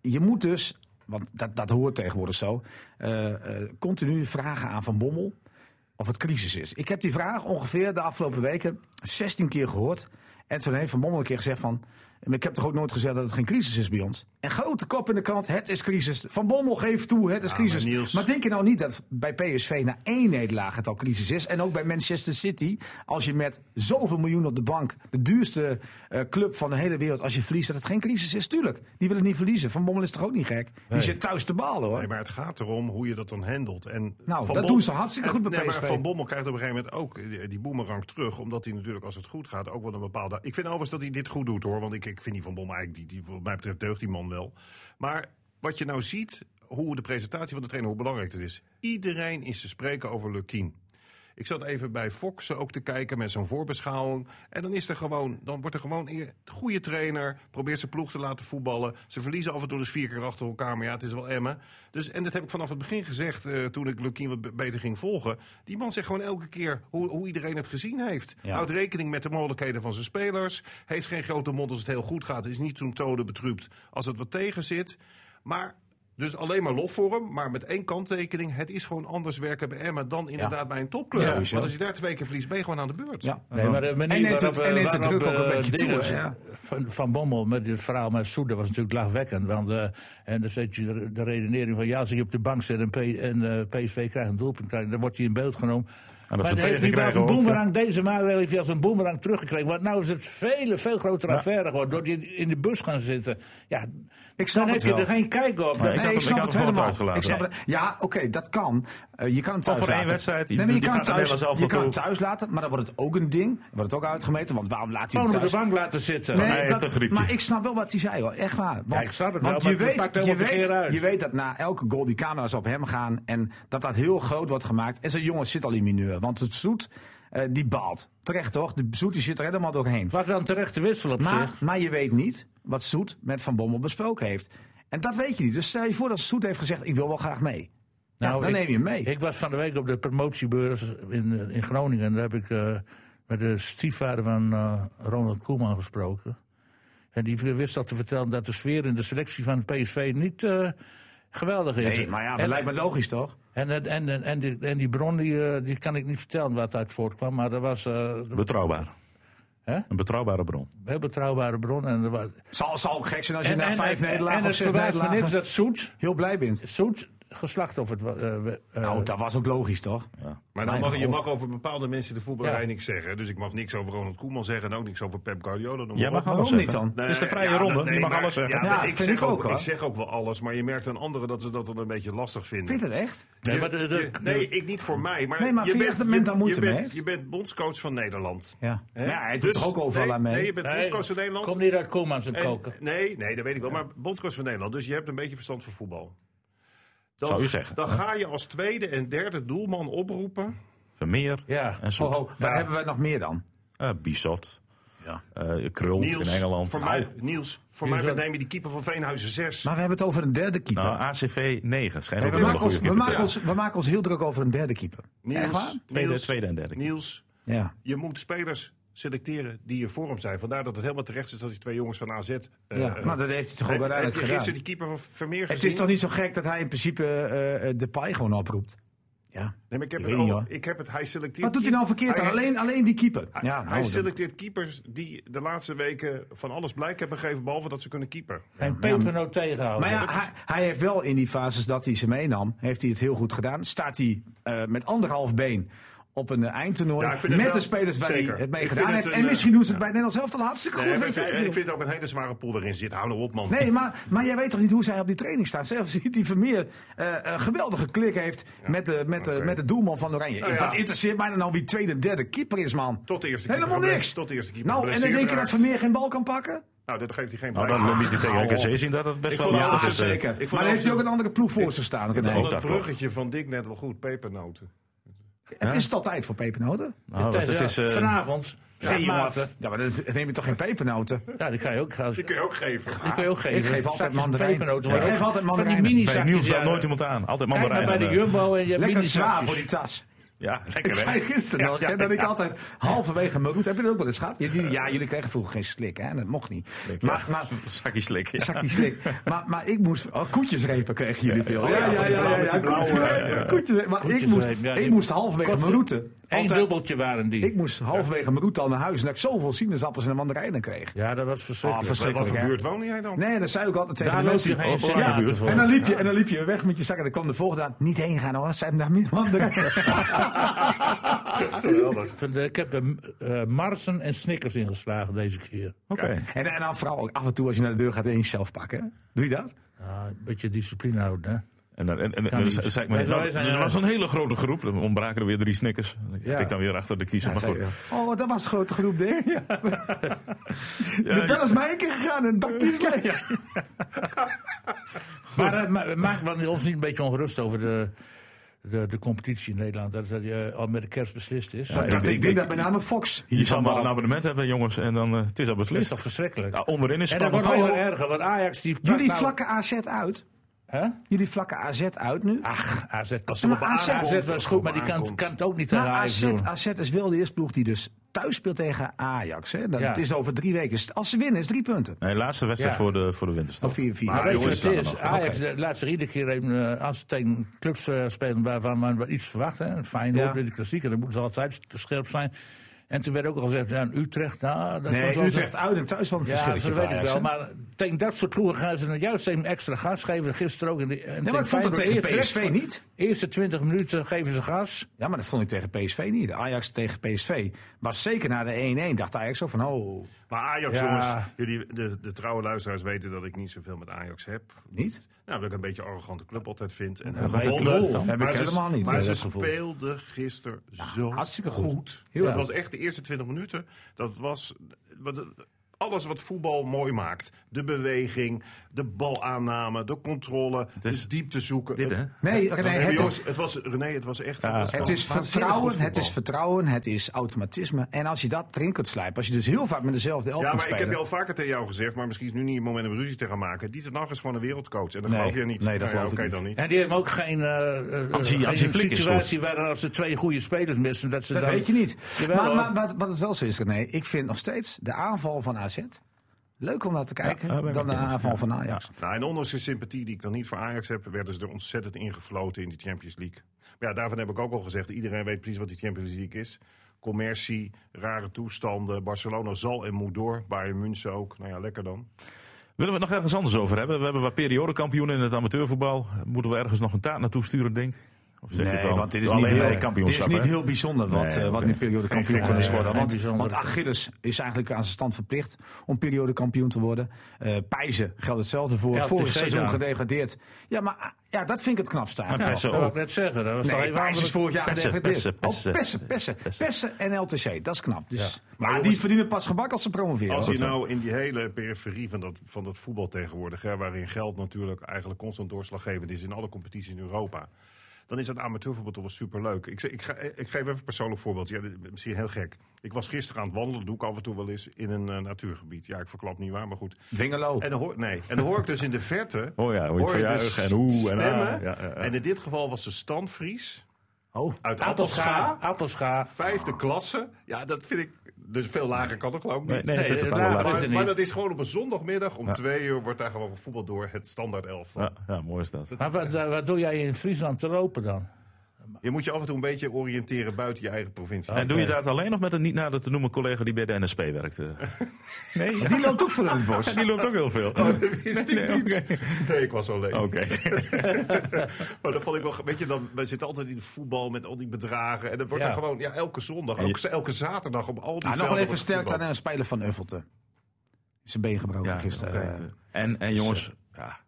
D: je moet dus, want dat, dat hoort tegenwoordig zo, eh, eh, continu vragen aan Van Bommel of het crisis is. Ik heb die vraag ongeveer de afgelopen weken 16 keer gehoord. En toen heeft Van Bommel een keer gezegd van... "Maar Ik heb toch ook nooit gezegd dat het geen crisis is bij ons? En grote kop in de krant, het is crisis. Van Bommel geeft toe, het is
F: Ja,
D: crisis.
F: maar Niels-
D: Maar denk je nou niet dat bij PSV na één nederlaag het al crisis is? En ook bij Manchester City, als je met zoveel miljoen op de bank... de duurste eh, club van de hele wereld, als je verliest... dat het geen crisis is, tuurlijk. Die willen niet verliezen. Van Bommel is toch ook niet gek? Die zit thuis te balen, hoor. Nou,
F: Nee, maar het gaat erom hoe je dat dan handelt. En
D: dat
F: Bommel-
D: doen ze hartstikke goed bij
F: nee, maar
D: PSV.
F: Van Bommel krijgt op een gegeven moment ook eh, die boemerang terug. Omdat hij natuurlijk, als het goed gaat, ook wel een bepaalde... Ik vind overigens dat hij dit goed doet, hoor. Want ik, ik vind die Van Bommel eigenlijk... Die, die, wat mij betreft deugt die man wel. Maar wat je nou ziet, hoe de presentatie van de trainer, hoe belangrijk het is. Iedereen is te spreken over Lukien. Ik zat even bij Fox eh, ook te kijken met zo'n voorbeschouwing. En dan, is er gewoon, dan wordt er gewoon een goede trainer. Probeert zijn ploeg te laten voetballen. Ze verliezen af en toe dus vier keer achter elkaar. Maar ja, het is wel Emmen. Dus, en dat heb ik vanaf het begin gezegd eh, toen ik Lukien wat be- beter ging volgen. Die man zegt gewoon elke keer hoe, hoe iedereen het gezien heeft. Houdt rekening met de mogelijkheden van zijn spelers. Heeft geen grote mond als het heel goed gaat. Is niet zo'n tode betrupt als het wat tegen zit. Maar dus alleen maar lof voor hem, maar met één kanttekening. Het is gewoon anders werken bij Emma dan inderdaad bij een topclub. Want als je daar twee keer verliest, ben je gewoon aan de beurt.
D: Ja.
E: Nee, maar de manier
D: En neemt
E: waarop,
D: het- en
E: eh,
D: neemt de
E: waarop,
D: druk ook een
E: eh,
D: beetje toe,
E: Dinges,
D: hè? Ja.
E: van, van Bommel met dit verhaal met Soede was natuurlijk lachwekkend. Want, eh, en dan zet je de- de redenering van ja, als hij op de bank zit en, P, en eh, PSV krijgt een doelpunt, krijgt, dan wordt hij in beeld genomen.
B: Ah, dat
E: maar
B: ze
E: heeft hij
B: tegenkrijgen
E: als een
B: ook,
E: boemerang, deze maand heeft hij als een boemerang teruggekregen. Want nou is het vele, veel grotere affaire geworden. Door die in de bus gaan zitten. Ja,
D: Ik snap
E: dan heb
D: het
E: je
D: wel.
E: er geen kijk op. Dan-
B: ik had hem- ik had hem gewoon
D: helemaal.
B: thuisgelaten.
D: Ik snap het- Ja, oké, dat kan. Eh, je kan hem thuis
B: voor één
D: laten.
B: wedstrijd.
D: Nee, maar je
B: Die
D: kan, hem
B: gaat er
D: thuis,
B: Nederlands elftal
D: je kan hem
B: toe.
D: thuis laten, maar dan wordt het ook een ding. Dan wordt het ook uitgemeten, want waarom
B: Oh,
D: laat hij hem
E: gewoon op de
D: thuis?
E: bank laten zitten.
B: hij heeft een griepje.
D: maar ik snap wel wat hij zei, hoor. echt waar. Want,
E: ik snap het
D: want
E: wel,
D: je,
E: maar het
D: weet,
E: pakt
D: je,
E: helemaal
D: weet,
E: verkeerd uit.
D: je weet dat na elke goal die camera's op hem gaan en dat dat heel groot wordt gemaakt. En zijn jongen zit al in mineur, want het zoet, eh, die baalt. Terecht toch? De zoet die zit er helemaal doorheen.
E: Het was dan terecht te wisselen op
D: Maar,
E: zich.
D: maar je weet niet wat Soet met Van Bommel besproken heeft. En dat weet je niet. Dus stel je voor dat Soet heeft gezegd: Ik wil wel graag mee. Ja,
E: Nou,
D: dan
E: ik-
D: neem je hem mee.
E: Ik was van de week op de promotiebeurs in, eh, in Groningen. Daar heb ik eh, met de stiefvader van eh, Ronald Koeman gesproken. En die wist al te vertellen dat de sfeer in de selectie van PSV niet eh, geweldig is.
D: nee, maar ja, dat
E: en,
D: lijkt me logisch toch?
E: en, en, en, en, die, en die bron die, eh, die kan ik niet vertellen wat uit voortkwam. Maar dat was eh,
B: Betrouwbaar.
E: Hè?
B: Een betrouwbare bron.
E: een heel betrouwbare bron. En, er wa-
D: Zal, zal ook gek zijn als je
E: en,
D: na
E: en-
D: vijf
E: en-
D: nederlagen
E: en
D: of
E: het
D: zes
E: verbaast me niks
D: nederlagen
E: dat Soet,
D: heel blij bent.
E: Soet geslachtofferd was. eh,
D: Nou, dat was ook logisch toch?
F: Maar dan
D: Mijn
F: mag, je
D: God.
F: mag over bepaalde mensen de voetballerij
E: Ja.
F: niks zeggen. Dus ik mag niks over Ronald Koeman zeggen en ook niks over Pep Guardiola. noem
B: Jij
F: maar
B: mag
F: op.
B: alles
D: Waarom niet
B: zeggen.
D: dan?
F: Nee,
B: Het is de vrije
F: ja,
B: ronde.
F: dat-
B: je
F: nee,
B: mag
F: maar-
B: alles zeggen.
F: Ja,
D: Ja,
F: maar ik,
D: vind
F: zeg
D: ik ook,
F: ook,
D: hoor.
F: ik zeg ook wel alles, maar je merkt aan anderen dat ze dat dan een beetje lastig vinden.
D: Vindt het echt?
E: Nee, maar de- de-
F: Je- nee, ik niet voor mij. Maar,
D: Nee, maar
F: je
D: vind je
F: bent,
D: echt dat men
F: je-
D: daar moeite
F: je
D: mee
F: bent,
D: heeft?
F: Je bent bondscoach van Nederland.
D: Ja.
F: Hè?
D: Maar ja, hij doet
F: Dus-
D: toch ook overal
F: nee,
D: aan mee?
F: Nee, je bent bondscoach van Nederland.
E: Kom niet uit Koeman zijn
F: En-
E: koken.
F: Nee, nee, dat weet ik wel. Maar bondscoach van Nederland, dus je hebt een beetje verstand van voetbal. Dan,
B: Zou je zeggen.
F: Dan ga je als tweede en derde doelman oproepen.
B: Vermeer
E: Ja.
B: en zo.
D: Oh, oh, daar hebben we nog meer dan.
B: Bissot.
D: Ja.
B: Eh, Krul
F: Niels,
B: in Engeland.
F: Voor mij, Niels, voor
E: Niels
F: mij
E: ook.
F: neem je die keeper van Veenhuizen 6.
D: Maar we hebben het over een derde keeper.
B: Nou, ACV 9. Schijnt
D: Hey,
B: ook
D: we,
B: een hele
D: maken ons,
B: goede
D: we,
B: keeper te
D: maken ons, we maken ons heel druk over een derde keeper. Echt waar?
F: Niels,
B: Tweede-
F: Niels,
B: tweede en derde.
F: Niels,
D: Ja.
F: je moet spelers selecteren die je vorm zijn. Vandaar dat het helemaal terecht is dat die twee jongens van AZ... eh,
D: ja.
F: eh,
D: nou, dat heeft hij toch
F: heb,
D: ook
F: heb je
D: uiteindelijk
F: gisteren
D: gedaan.
F: die keeper van Vermeer
D: Het
F: gezien?
D: is toch niet zo gek dat hij in principe eh, eh, de paai gewoon oproept? Ja.
F: Nee, maar ik heb,
D: Ik
F: het,
D: weet niet,
F: al-
D: hoor.
F: ik heb het... Hij selecteert...
D: Wat doet hij nou verkeerd?
F: Hij-
D: dan? alleen, alleen die keeper.
F: Hij,
D: Ja,
F: hij
D: nou, dan-
F: selecteert keepers die de laatste weken van alles blijk hebben gegeven... behalve dat ze kunnen keeper.
E: Geen pepernoot tegenhouden.
F: Oh,
D: maar ja, hij, hij heeft wel in die fases dat hij ze meenam, heeft hij het heel goed gedaan. Staat hij eh, met anderhalf been op een eh, eindtoernooi
F: Ja, ik vind
D: met
F: het wel-
D: de spelers waar
F: zeker.
D: hij het mee
F: Ik
D: gedaan
F: vind het
D: heeft.
F: een,
D: en
F: eh,
D: misschien doen ze het bij Nederlands zelf dan hartstikke goed.
F: Nee, maar ik,
D: weet
F: vind,
D: jij
F: ik
D: veel.
F: vind het ook een hele zware pool waarin zit. Hou nou op, man.
D: Nee, maar, maar jij weet toch niet hoe zij op die training staan? Zelfs die Vermeer eh, een geweldige klik heeft met, de, met, de,
F: oké.
D: met de doelman van Oranje.
F: Nou ja.
D: Wat interesseert mij dan nou wie tweede en derde keeper is, man?
F: Tot de eerste keeper
D: Helemaal
F: geblesseerd-
D: niks.
F: tot de eerste keeper
D: nou, en dan
F: geblesseerd
D: denk je dat
F: raakt.
D: Vermeer geen bal kan pakken?
F: Nou, dat geeft hij geen
B: Nou,
F: blijk
B: dat
F: van.
B: liet hij tegen
F: Hou op.
B: RKC zien dat het best
F: Ik
B: wel
F: vond
B: lastig
F: het
B: is.
F: zeker.
B: eh.
F: Ik
D: Maar
F: vond
D: dan
F: het-
D: heeft hij ook een andere ploeg voor zich staan.
F: Ik vond
B: dat
F: het
B: klopt.
F: bruggetje van Dick net wel goed. Pepernoten.
D: Is het al tijd voor pepernoten?
B: Nou, want het is, eh,
E: Vanavond. Ja,
D: jongen. Ja, maar dan neem je toch geen pepernoten?
E: ja, die kan je ook,
F: Die kun je ook geven.
E: die kan je ook geven.
D: ik geef altijd
E: Zakjes
D: mandarijn.
E: pepernoten,
D: Ja, ik
E: maar ook
D: geef altijd
E: van die
D: mandarijnen.
E: mini
B: Bij Niels belt nooit iemand aan. Altijd
E: eh, Kijk maar
B: mandarijn.
E: bij de
B: aan, eh.
E: Jumbo en je hebt
D: Lekker zwaar
E: mini-zakjes.
D: voor die tas.
B: Ja,
D: Ik
B: lekker hè.
D: zei gisteren nog,
B: Ja,
D: hè,
B: ja,
D: dat ik
B: ja.
D: altijd halverwege mijn route... Heb je dat ook wel eens gehad? Jullie, ja, jullie kregen vroeger geen slik, hè? Dat mocht niet. Maar, maar,
B: Zakje slik. ja.
D: zak die slik. Maar, maar ik moest... Oh, koetjesrepen kregen jullie veel.
F: ja, van die blauwe, die blauwe,
D: koetjesrepen,
F: ja, ja.
D: koetjesrepen. Maar ik moest,
E: Koetjesrepen, ja, die-
D: ik moest halverwege
E: Kort-
D: mijn route...
E: Eén
D: altijd-
E: dubbeltje waren die.
D: Ik moest halverwege mijn route al naar huis... en dat ik zoveel sinaasappels en mandarijnen kreeg.
E: ja, dat was verschrikkelijk.
F: Bij wat voor
D: Ah, hè?
F: buurt woonde jij dan?
D: Nee, dat zei ik altijd tegen
E: Daar
D: de
E: loopt je
D: mensen.
E: geen
B: Oh,
E: senator
B: buurt.
E: voor.
D: En dan, liep je, en dan liep je weg met je zak en dan kwam de volgende aan. Niet heen gaan hoor, zijn daar meer mandarijnen.
E: Ik vind, eh, Ik heb er eh, Marsen en Snickers ingeslagen deze keer.
B: Oké.
D: En, en dan vooral ook af en toe als je naar de deur gaat eens zelf pakken. hè? Doe je dat?
E: Ja, een beetje discipline houden, hè?
B: En dan en- en-
E: Kan
B: en-
E: niet.
B: dan zei ik me,
E: Wij-
B: nou,
E: wij zijn,
B: er
E: eh,
B: was een hele grote groep. Dan ontbraken er weer drie snickers.
E: Ja.
B: Ik dan weer achter de kiezer. maar
D: zei
B: goed.
D: je. Oh, dat was de grote groep, denk ik.
B: Ja,
D: Dat is mij een keer gegaan en bakje is leeg.
E: Maar eh, ma- maakt wel ons niet een beetje ongerust over de, de, de competitie in Nederland. Dat dat die eh, al met de kerst beslist is.
D: Dat, dat- ik denk dat met name Fox
B: Je
D: hier
B: zal
D: van
B: maar een
D: bal.
B: abonnement hebben, jongens. En dan eh, het is al
E: dat is toch
B: beslist.
E: verschrikkelijk.
B: Ja, onderin is
E: en dat
B: spannend.
E: wordt alleen maar erger, want Ajax die... pakt
D: Jullie
E: nou-
D: vlakken AZ uit.
E: Hè?
D: Jullie vlakken AZ uit nu.
E: Ach, AZ kan
D: Maar AZ
E: AZ was goed, maar die kan,
F: aankomt.
E: kan het ook niet
D: Nou,
E: tegen Ajax
D: AZ,
E: doen.
D: AZ is wel de eerste ploeg die dus thuis speelt tegen Ajax. Hè? Dat
E: Ja.
D: Het is over drie weken. Als ze winnen is drie punten.
B: Nee, laatste wedstrijd
E: Ja.
B: voor de, voor de winterstop.
D: Of vier, vier.
E: Maar weet je wat het
B: jongens,
E: is? Ajax eh, laat zich iedere keer even, eh, als ze tegen clubs eh, spelen waarvan men wel iets verwacht, hè, Feyenoord
D: Ja.
E: in de klassieker, dan moeten ze altijd scherp zijn. En toen werd ook al gezegd, ja, Utrecht, nou, dat was
D: nee,
E: wel
D: Utrecht uit en thuis wel een
E: Ja, dat
D: verschilletje
E: weet
D: voor
E: ik
D: Ajax.
E: wel,
D: hè?
E: maar tegen dat soort ploegen gaan ze nou juist even extra gas geven. Gisteren ook. In de, en
D: ik
E: tegen
D: vond dat
E: Feyenoord
D: tegen
E: eerst
D: PSV
E: direct van-
D: niet.
E: Eerste 20 minuten geven ze gas.
D: Ja, maar dat vond ik tegen PSV niet. Ajax tegen PSV. Maar zeker na de 1-1 dacht Ajax zo van... Oh,
F: Maar Ajax,
E: Ja.
F: jongens, jullie, de, de trouwe luisteraars weten dat ik niet zoveel met Ajax heb.
D: niet?
F: Nou, dat ik een beetje een arrogante club altijd vind. En
D: wij klopt, dan. Heb ik
F: Maar ze-
D: helemaal niet,
F: Maar
D: eh,
F: ze
D: dat gevoel.
F: speelden gisteren zo
D: hartstikke goed.
F: goed.
D: Heel
F: dat
D: goed.
F: was echt de eerste 20 minuten. Dat was wat- alles wat voetbal mooi maakt. De beweging, de balaanname, de controle,
B: is
F: de diepte zoeken.
B: Dit, hè?
D: Nee,
F: Het,
D: René,
F: nee,
D: het,
F: jongens,
D: is,
F: het was, René, het was echt...
B: Ja.
F: was
D: het is
F: waanzinnig
D: vertrouwen,
F: goed
D: het is
F: voetbal.
D: vertrouwen, het is automatisme. En als je dat erin kunt slijpen, als je dus heel vaak met dezelfde elf
F: Ja,
D: kunt
F: maar ik
D: spelen...
F: heb je al vaker tegen jou gezegd, maar misschien is nu niet het moment om ruzie te gaan maken. Dieter Nag is gewoon een wereldcoach en dat
D: Nee,
F: geloof je niet.
D: nee, dat
F: Nou ja,
D: geloof ik
F: oké,
D: niet.
F: dan niet.
E: En die hebben ook geen, eh, eh,
B: Hansi-
E: geen
B: Hansi Flick is
E: situatie waar als ze twee goede spelers missen. Dat, ze
D: dat
E: dan,
D: weet je niet.
E: Jawel,
D: maar
E: hoor.
D: maar wat, wat het wel zo is, René, ik vind nog steeds de aanval van AZ... leuk om naar te kijken
B: daar ben ik
D: dan de
B: mee eens.
D: aanval
B: Ja.
D: van Ajax.
F: Nou, en ondanks de sympathie die ik dan niet voor Ajax heb, werden ze er ontzettend ingefloten in die Champions League. Maar ja, daarvan heb ik ook al gezegd, iedereen weet precies wat die Champions League is. Commercie, rare toestanden, Barcelona zal en moet door, Bayern München ook. Nou ja, lekker dan.
B: Willen we het nog ergens anders over hebben? We hebben wat periodekampioenen in het amateurvoetbal. Moeten we ergens nog een taart naartoe sturen, denk ik? Of zeg je van, alleen bij de kampioenschap,
D: dit is
B: hè?
D: niet heel bijzonder wat,
B: Nee,
D: eh, wat
B: oké.
D: nu periode kampioen
E: geen-
D: is geworden.
E: geen
D: Want,
E: bijzonder.
D: want Achilles is eigenlijk aan zijn stand verplicht om periode kampioen te worden. Eh Pijzen geldt hetzelfde voor.
E: Ja, op
D: Vorig
E: tv
D: seizoen
E: dan.
D: gedegradeerd. Ja, maar ah, ja, dat vind ik het knapste
B: Maar
D: eigenlijk.
B: Pessen
E: Dat wil ik
B: ook.
E: net zeggen. Dat was toch
D: Nee,
E: even
D: Pijs is
E: anders.
D: vorig jaar
B: Pessen,
D: gedegradeerd.
B: Pessen,
D: Oh,
B: Pessen.
D: Pessen, Pessen, Pessen en LTC, dat is knap. Dus, Maar, die
F: jongens-
D: verdienen pas gebak als ze promoveren.
F: Als
D: hoor.
F: je nou in die hele periferie van dat, van dat voetbal tegenwoordig, hè, waarin geld natuurlijk eigenlijk constant doorslaggevend is in alle competities in Europa. Dan is dat amateurvoetbal toch wel superleuk. Ik, ze- ik, ga, ik geef even een persoonlijk voorbeeld. Ja, dit is misschien heel gek. Ik was gisteren aan het wandelen, doe ik af en toe wel eens, in een eh, natuurgebied. Ja, ik verklap niet waar, maar goed.
D: Dwingelo.
F: En dan hoor, nee. en dan hoor ik dus in de verte.
B: Oh ja, hoor je het gejuich en hoe
F: hoe
B: en ah.
F: stemmen.
B: Ja, ja, ja.
F: En in dit geval was de standvries
D: Oh,
F: uit
E: Appelscha.
F: Appelscha,
E: Appelscha.
F: vijfde klasse. Ja, dat vind ik. Dus veel lager kan toch geloof ik
B: Nee,
F: niet.
B: nee, dat
E: Nee,
B: is het
E: daar
B: allemaal
E: was
B: laatst.
E: het
F: Maar,
E: niet.
F: maar dat is gewoon op een zondagmiddag om twee uur wordt daar gewoon gevoetbald door het standaard elftal.
B: Ja, ja, mooi is dat.
E: Maar wat, eh, wat doe jij in Friesland te lopen dan?
F: Je moet je af en toe een beetje oriënteren buiten je eigen provincie.
B: En doe je dat alleen nog met een niet nader te noemen collega die bij de NSP werkt? eh? Nee,
D: die loopt ook voor in het bos.
B: Ja, die loopt ook heel veel.
F: Oh, Wist ik
B: Nee,
F: niet.
B: oké.
F: Nee, ik was alleen.
B: Oké.
F: Maar dat vond ik wel. Weet je, dan, wij zitten altijd in het voetbal met al die bedragen. En dat wordt
E: Ja.
F: dan gewoon ja, elke zondag, ook, elke zaterdag op al die.
D: Nou, nog wel
F: velden
D: even
F: wordt
D: versterkt aan
F: gevoetbald.
D: een speler van Uffelte. Zijn been gebroken
B: Ja,
D: gisteren.
B: dat, eh, En, en jongens, ja,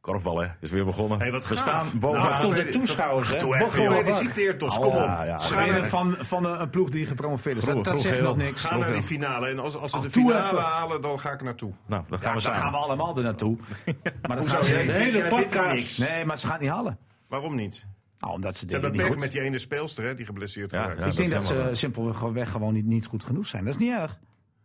B: Korfbal, hè? Is weer begonnen.
F: Hey, wat
B: We
F: gaaf.
B: staan bovenaan.
E: Nou, toen de toeschouwers, hè?
B: Toe echt,
E: Wat
B: joh.
F: Gefeliciteerd, Tos. Kom op.
B: Ja, ja.
D: Schade van, van een, een ploeg die gepromoveerd is. Dat, dat
B: Groen,
D: zegt
B: geel.
D: nog niks.
F: Ga naar die finale. En als, als ze de
D: toe
F: finale
D: even.
F: halen, dan ga ik naartoe.
B: Nou, dan gaan
D: Ja,
B: we
D: daar
B: samen.
D: gaan we allemaal er naartoe. Maar dat gaan
F: zou
D: ze
F: je-
D: niet.
F: Nee,
D: Nee,
F: de
D: dat wordt
F: podcast.
D: niks. Nee, maar ze gaan het niet halen.
F: Waarom niet?
D: Nou, omdat ze
F: Ze
D: dingen
F: hebben
D: niet
F: pech
D: goed.
F: met die ene speelster hè, die geblesseerd
B: Ja,
F: geraakt
B: ja,
F: is.
D: Ik denk dat
B: dat zijn
D: ze
B: we.
D: simpelweg gewoon niet, niet goed genoeg zijn. Dat is niet erg.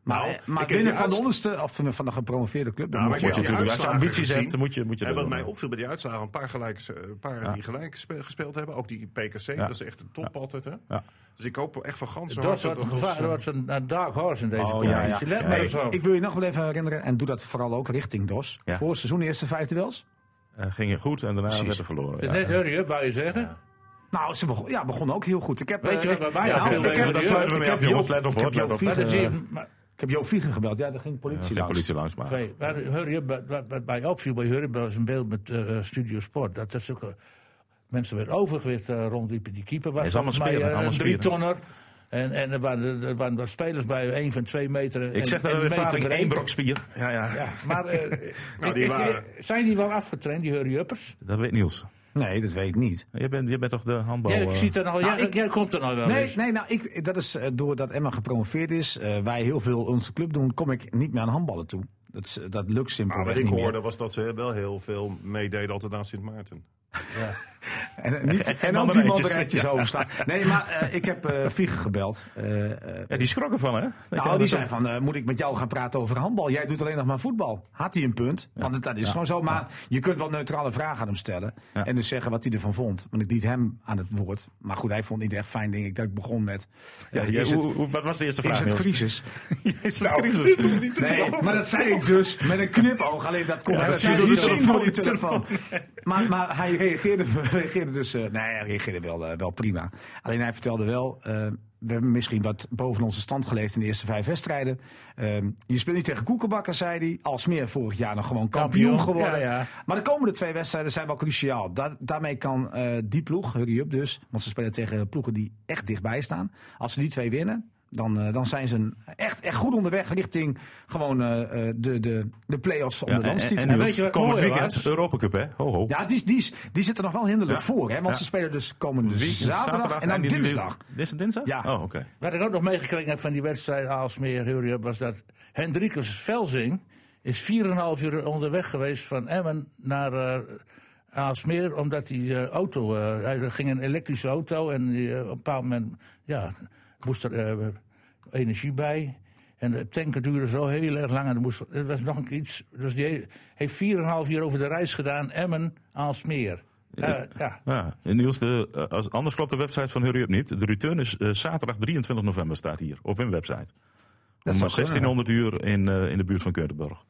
D: Maar,
F: Nou,
D: eh,
F: ik
D: maar
F: heb
D: binnen
F: die
D: van de
F: uitst-
D: onderste of van, van de gepromoveerde club, dan
F: Nou,
D: moet
F: maar
D: je
F: ik heb
D: wel.
F: die
B: natuurlijk, als je
F: uitslagen
B: ambities
F: gezien.
B: hebt, moet je- moet je
F: en
B: dat
F: wat
B: doen,
F: mij
B: ja.
F: opviel bij die uitslagen, een paar, gelijks, eh, een paar die gelijk spe- gespeeld hebben. Ook die PKC, dat is echt een top altijd. Hè?
B: Ja.
F: Dus ik hoop echt van gans zo
E: Dat
F: hard dat
E: wordt
F: we
E: een,
F: ons,
E: gevaar-
F: eh,
E: dat wordt een, een dark horse in deze
B: Oh,
E: competitie.
B: ja, ja.
E: Let
B: Ja,
E: maar
B: ik-
E: eens op.
D: Ik wil je nog wel even herinneren, en doe dat vooral ook richting DOS.
B: Ja.
D: Voor het seizoen eerste vijf duels.
B: Eh, ging het goed en daarna werd er verloren. Ja.
E: Net hurry up, wou je zeggen.
D: Nou, ze begon, ja, begon ook heel goed. Ik heb,
E: Weet
D: eh,
E: je wat
D: ik-
E: bij mij
D: Ja,
E: opviel?
D: ik
E: Weet je
D: heb-
E: wat
B: daar
D: ik
B: sluiten we
D: heb
B: mee af, jongens.
D: Jo-
B: Let op,
D: ik heb
B: hoor, let
D: Jo
B: op.
E: Maar dan zie je...
D: Vieger-
E: maar-
D: ik heb Jo Vieger gebeld. Ja, daar ging politie
B: Geen
D: langs.
B: politie langs, maar...
E: Twee. Waar, hurry up, wat, wat, wat mij opviel bij Hurry Up was een beeld met eh, Studio Sport. Dat er zulke mensen met overgewicht eh, rondliepen. Die keeper was
B: Hij is allemaal
E: volgens mij,
B: spieren,
E: eh,
B: allemaal spieren.
E: een drietonner. En, en er, waren, er waren wat spelers bij, één van twee meter. en-
B: Ik zeg dat
E: en
B: uit
E: een meter
B: ervaring,
E: breed.
B: één brokspier. Ja, ja.
E: Ja, maar eh, ik-
F: Nou, die
E: ik-
F: waren-
E: zijn die wel afgetraind, die hurry-uppers?
B: Dat weet Niels.
D: Nee, dat weet ik niet.
B: Jij bent, jij bent toch de handbal...
E: ja, ik
B: eh,
E: zie het er al.
D: nou,
E: Ja,
D: ik-
E: jij komt er nou wel
D: Nee,
E: eens.
D: nee nou, ik, dat is eh, doordat Emma gepromoveerd is, eh, wij heel veel onze club doen, kom ik niet meer aan handballen toe. Dat, is- dat lukt
F: Maar
D: simpelweg
F: Ah, wat ik
D: niet meer.
F: hoorde was dat ze wel heel veel meededen altijd aan Sint Maarten.
D: En, eh, niet, en ook die
B: mandarijntjes.
D: mandarijntjes overslaan. Nee, maar eh, ik heb eh Vieger gebeld. Eh, eh,
B: Ja, die schrokken van, hè?
D: nou, die zei van, eh, moet ik met jou gaan praten over handbal? Jij doet alleen nog maar voetbal. Had hij een punt? Want het- dat is gewoon zo. Maar je kunt wel neutrale vragen aan hem stellen. En dus zeggen wat hij ervan vond. Want ik liet hem aan het woord. Maar goed, hij vond het niet echt fijn, denk ik, dat ik begon met... Ja,
B: Ja,
D: is het,
B: hoe- hoe- wat was de eerste
D: is
B: vraag,
D: het
B: Niels?
D: crisis?
B: Is het crisis?
D: Nee, maar dat zei ik dus met een knipoog. Alleen dat kon
B: Ja,
D: hij
B: dat
D: zei
B: zie je
D: niet
B: door de
D: zien door die telefoon. Maar, maar hij reageerde, reageerde dus... eh, nee, hij reageerde wel, eh, wel prima. Alleen hij vertelde wel... eh, we hebben misschien wat boven onze stand geleefd in de eerste vijf wedstrijden. Ehm, je speelt niet tegen Koekenbakker, zei hij. Als meer vorig jaar nog gewoon kampioen,
E: Kampioen,
D: geworden.
E: ja, ja.
D: Maar de komende twee wedstrijden zijn wel cruciaal. Da- daarmee kan eh, die ploeg, Hurry Up dus... want ze spelen tegen ploegen die echt dichtbij staan. Als ze die twee winnen, dan, eh, dan zijn ze echt, echt goed onderweg... richting gewoon eh, eh, de, de, de play-offs om
B: Ja,
D: de
B: en, en,
D: landstitel. Dus
B: en
E: En weet
B: Niels,
E: je wat
B: komend
E: mooi
B: weekend
E: was?
B: Europa Cup, hè? Ho, ho.
D: Ja, die, die, die zitten nog wel hinderlijk voor. Hè? Want ze spelen dus komende zaterdag, en dan
B: die- die-
D: dinsdag.
B: Is het dinsdag?
D: Ja.
B: Oh, oké.
E: Wat ik ook nog meegekregen heb van die wedstrijd Aalsmeer Hurry Up was dat Hendrikus Velzing is 4,5 uur onderweg geweest van Emmen naar eh, Aalsmeer omdat die eh, auto, eh, hij er ging een elektrische auto en die, eh, op een bepaald moment ja, moest er eh, energie bij. En de tanken duurde zo heel erg lang. En er moest, er was nog een keer iets. Dus die he- heeft 4,5 uur over de reis gedaan. Emmen, Aalsmeer. Ja, ja.
B: Ja. En Niels, de, eh, als, anders klopt de website van Hurry Up niet. De return is eh, zaterdag 23 november, staat hier op hun website. Om
D: zou
B: eh,
D: kunnen,
B: 1600 uur in, eh, in de buurt van Keutenborg.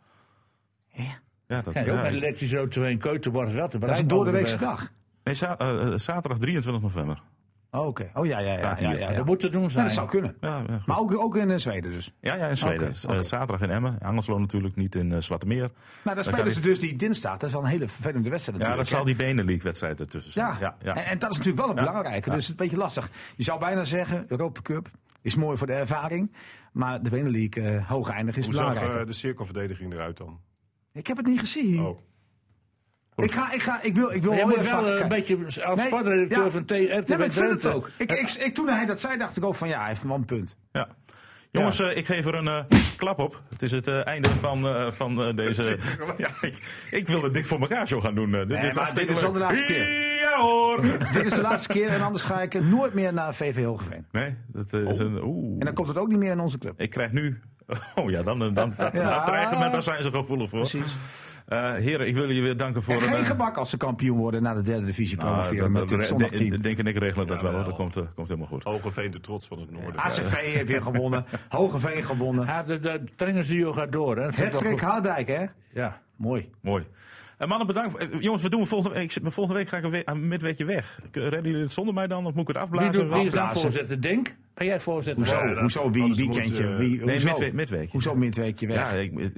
B: Ja, dat
E: Ja, ook
B: ja.
E: met een elektrische auto in Keutenborg. wel te
D: Dat is
E: bereiken
D: een door de weekse
E: onderweg.
D: dag.
B: Nee, za- eh, eh, zaterdag 23 november.
D: Oh, Oké. Oh ja, ja, ja.
B: Staat
D: ja,
B: hier.
D: ja, ja.
E: Dat moet te doen
D: Ja,
E: zijn.
D: dat zou kunnen.
B: Ja, ja, goed.
D: Maar ook, ook in eh, Zweden dus.
B: ja, ja in Zweden.
D: Oké,
B: Eh,
D: oké.
B: zaterdag in Emmen. Angelslo natuurlijk, niet in eh, Zwarte Meer.
D: Nou, daar
B: Dan
D: spelen
B: kan
D: ze
B: ik-
D: dus die dinsdag. Dat is wel een hele vervelende wedstrijd
B: Ja, dat
D: natuurlijk. hè.
B: zal die Benelink-wedstrijd ertussen zijn.
D: Ja, En, en dat is natuurlijk wel een belangrijke. Dus een beetje lastig. Je zou bijna zeggen, Europa Cup is mooi voor de ervaring. Maar de Benelink eh hoog eindig is
F: Hoe zag
D: belangrijk.
F: eh, de cirkelverdediging eruit dan?
D: ik heb het niet gezien.
F: Oh.
D: Ik ga, ik ga, ik wil, ik wil
E: Maar je
D: heel
E: moet
D: even
E: wel
D: gaan
E: eh, een
D: kijken.
E: beetje als
D: Nee,
E: sportredacteur
D: ja.
E: van T-
D: Nee, maar
E: RTV
D: ik vind het
E: eh, Drenthe.
D: ook. Ik, ik, ik, toen hij dat zei, dacht ik ook van ja, hij heeft wel een punt.
B: Ja. Jongens, eh, ik geef er een eh, klap op. Het is het eh, einde van, eh, van eh, deze. ja, ik, ik wil het dik voor elkaar zo gaan doen. eh. dit
D: maar dit
B: hartstikke
D: is al de
B: leuk.
D: laatste keer.
B: Ja hoor!
D: Dit is de laatste keer en anders ga ik eh, nooit meer naar VV Hogeveen.
B: Nee, dat eh, is een. Oeh.
D: Oh. En dan komt het ook niet meer in onze club.
B: Ik krijg nu. Oh ja, dan, dan, dan, dan,
D: Ja.
B: dreigen men, daar zijn ze gevoelig voor. Eh, heren, ik wil jullie weer danken voor
D: En geen
B: eh,
D: gebak als ze kampioen worden naar de derde divisie
B: ah,
D: promoveren
B: dat-
D: Oh, met dit
B: dat-
D: zondagteam.
B: Denk en ik regelen dat wel hoor. Dat
F: Jawel.
B: komt, eh, komt helemaal goed.
F: Hogeveen de trots van het noorden.
D: ACV heeft weer gewonnen. Hogeveen gewonnen.
E: Ja, de, de trainersduo gaat door. Hè. Dat vind ik wel
D: Patrick Haardijk, hè?
E: goed. Ja.
D: Mooi.
B: Mooi. Eh, mannen, bedankt. Eh, jongens, wat doen we volgende week? Ik- Volgende week ga ik een we- een midweekje weg. K- Redden jullie het zonder mij dan? Of moet ik het
E: Wie,
B: afblazen?
E: doet, wie is daar
D: afblazen.
E: voorzitter? Denk? Ben jij voorzitter?
D: Hoezo?
E: Ja,
D: hoezo wie,
F: anders moet,
D: weekendje?
F: eh,
D: Wie,
B: Nee,
D: hoezo?
B: midwe- midweekje.
D: Hoezo midweekje weg?
B: Ja, ik, ik,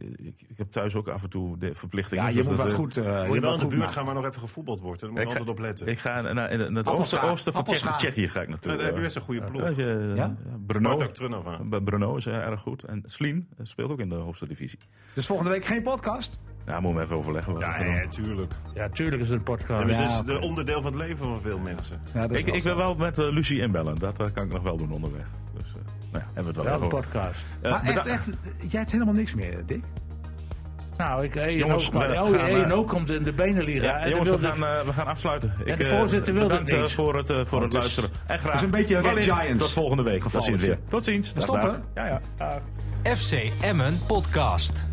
B: ik heb thuis ook af en toe de verplichting.
D: Ja,
B: is,
D: je
B: dus
D: moet
B: dat,
D: wat
B: eh,
D: goed, eh, je
F: Moet je
D: moet
F: wel in de
D: goed
F: buurt
D: maken.
F: gaan waar nog even gevoetbald wordt. Daar moet
B: Ik
F: je
B: ga-
F: altijd op letten.
B: Ik ga naar in het- in het oosten,
D: Appelscha-
B: oosten van Tsjechië,
D: Appelscha.
B: Tsjechië ga ik
F: Nou,
B: naartoe.
F: daar heb je
B: eh.
F: best een goede ploeg.
B: Ja, je- eh,
D: Ja?
B: ja,
F: Bartak
B: Brno,
F: Trunova.
B: Bij Brno is eh, erg goed. En Slim eh, speelt ook in de hoogste divisie.
D: Dus volgende week geen podcast?
B: Ja, moeten we even overleggen. Wat we
F: Ja,
B: gaan
F: ja,
B: doen.
F: ja, tuurlijk.
E: Ja, tuurlijk is het een podcast.
F: Dat
E: Ja.
F: is
D: oké.
F: een onderdeel van het leven van veel mensen.
D: Ja, dat is
B: ik,
D: wel
B: ik
D: zo.
B: wil wel met eh, Lucie inbellen. Dat eh, kan ik nog wel doen onderweg. Dus eh, nou ja, hebben we het wel
E: Wel
B: even
E: een
B: over.
E: podcast.
B: Eh,
D: maar echt,
B: beda-
D: echt, jij hebt helemaal niks meer, Dick.
E: Nou, ik, ENO,
B: Jongens,
E: kwam-
B: we
E: oh,
B: gaan, eh,
E: ENO komt in de benenliga.
B: Ja,
E: en
B: jongens,
E: dan
B: we
E: wil
B: gaan,
E: de-
B: eh, we gaan afsluiten. Ik,
E: de
B: eh,
E: voorzitter wilde
B: bedankt,
E: het
B: eh,
E: niet.
B: voor het, eh, voor het luisteren. En graag.
D: is een beetje Red
B: wellicht
D: Giants.
B: Tot volgende week. Dan zien we het weer. Tot ziens.
D: stoppen.
B: Dag, dag. Ja, ja.
K: FC Emmen Podcast.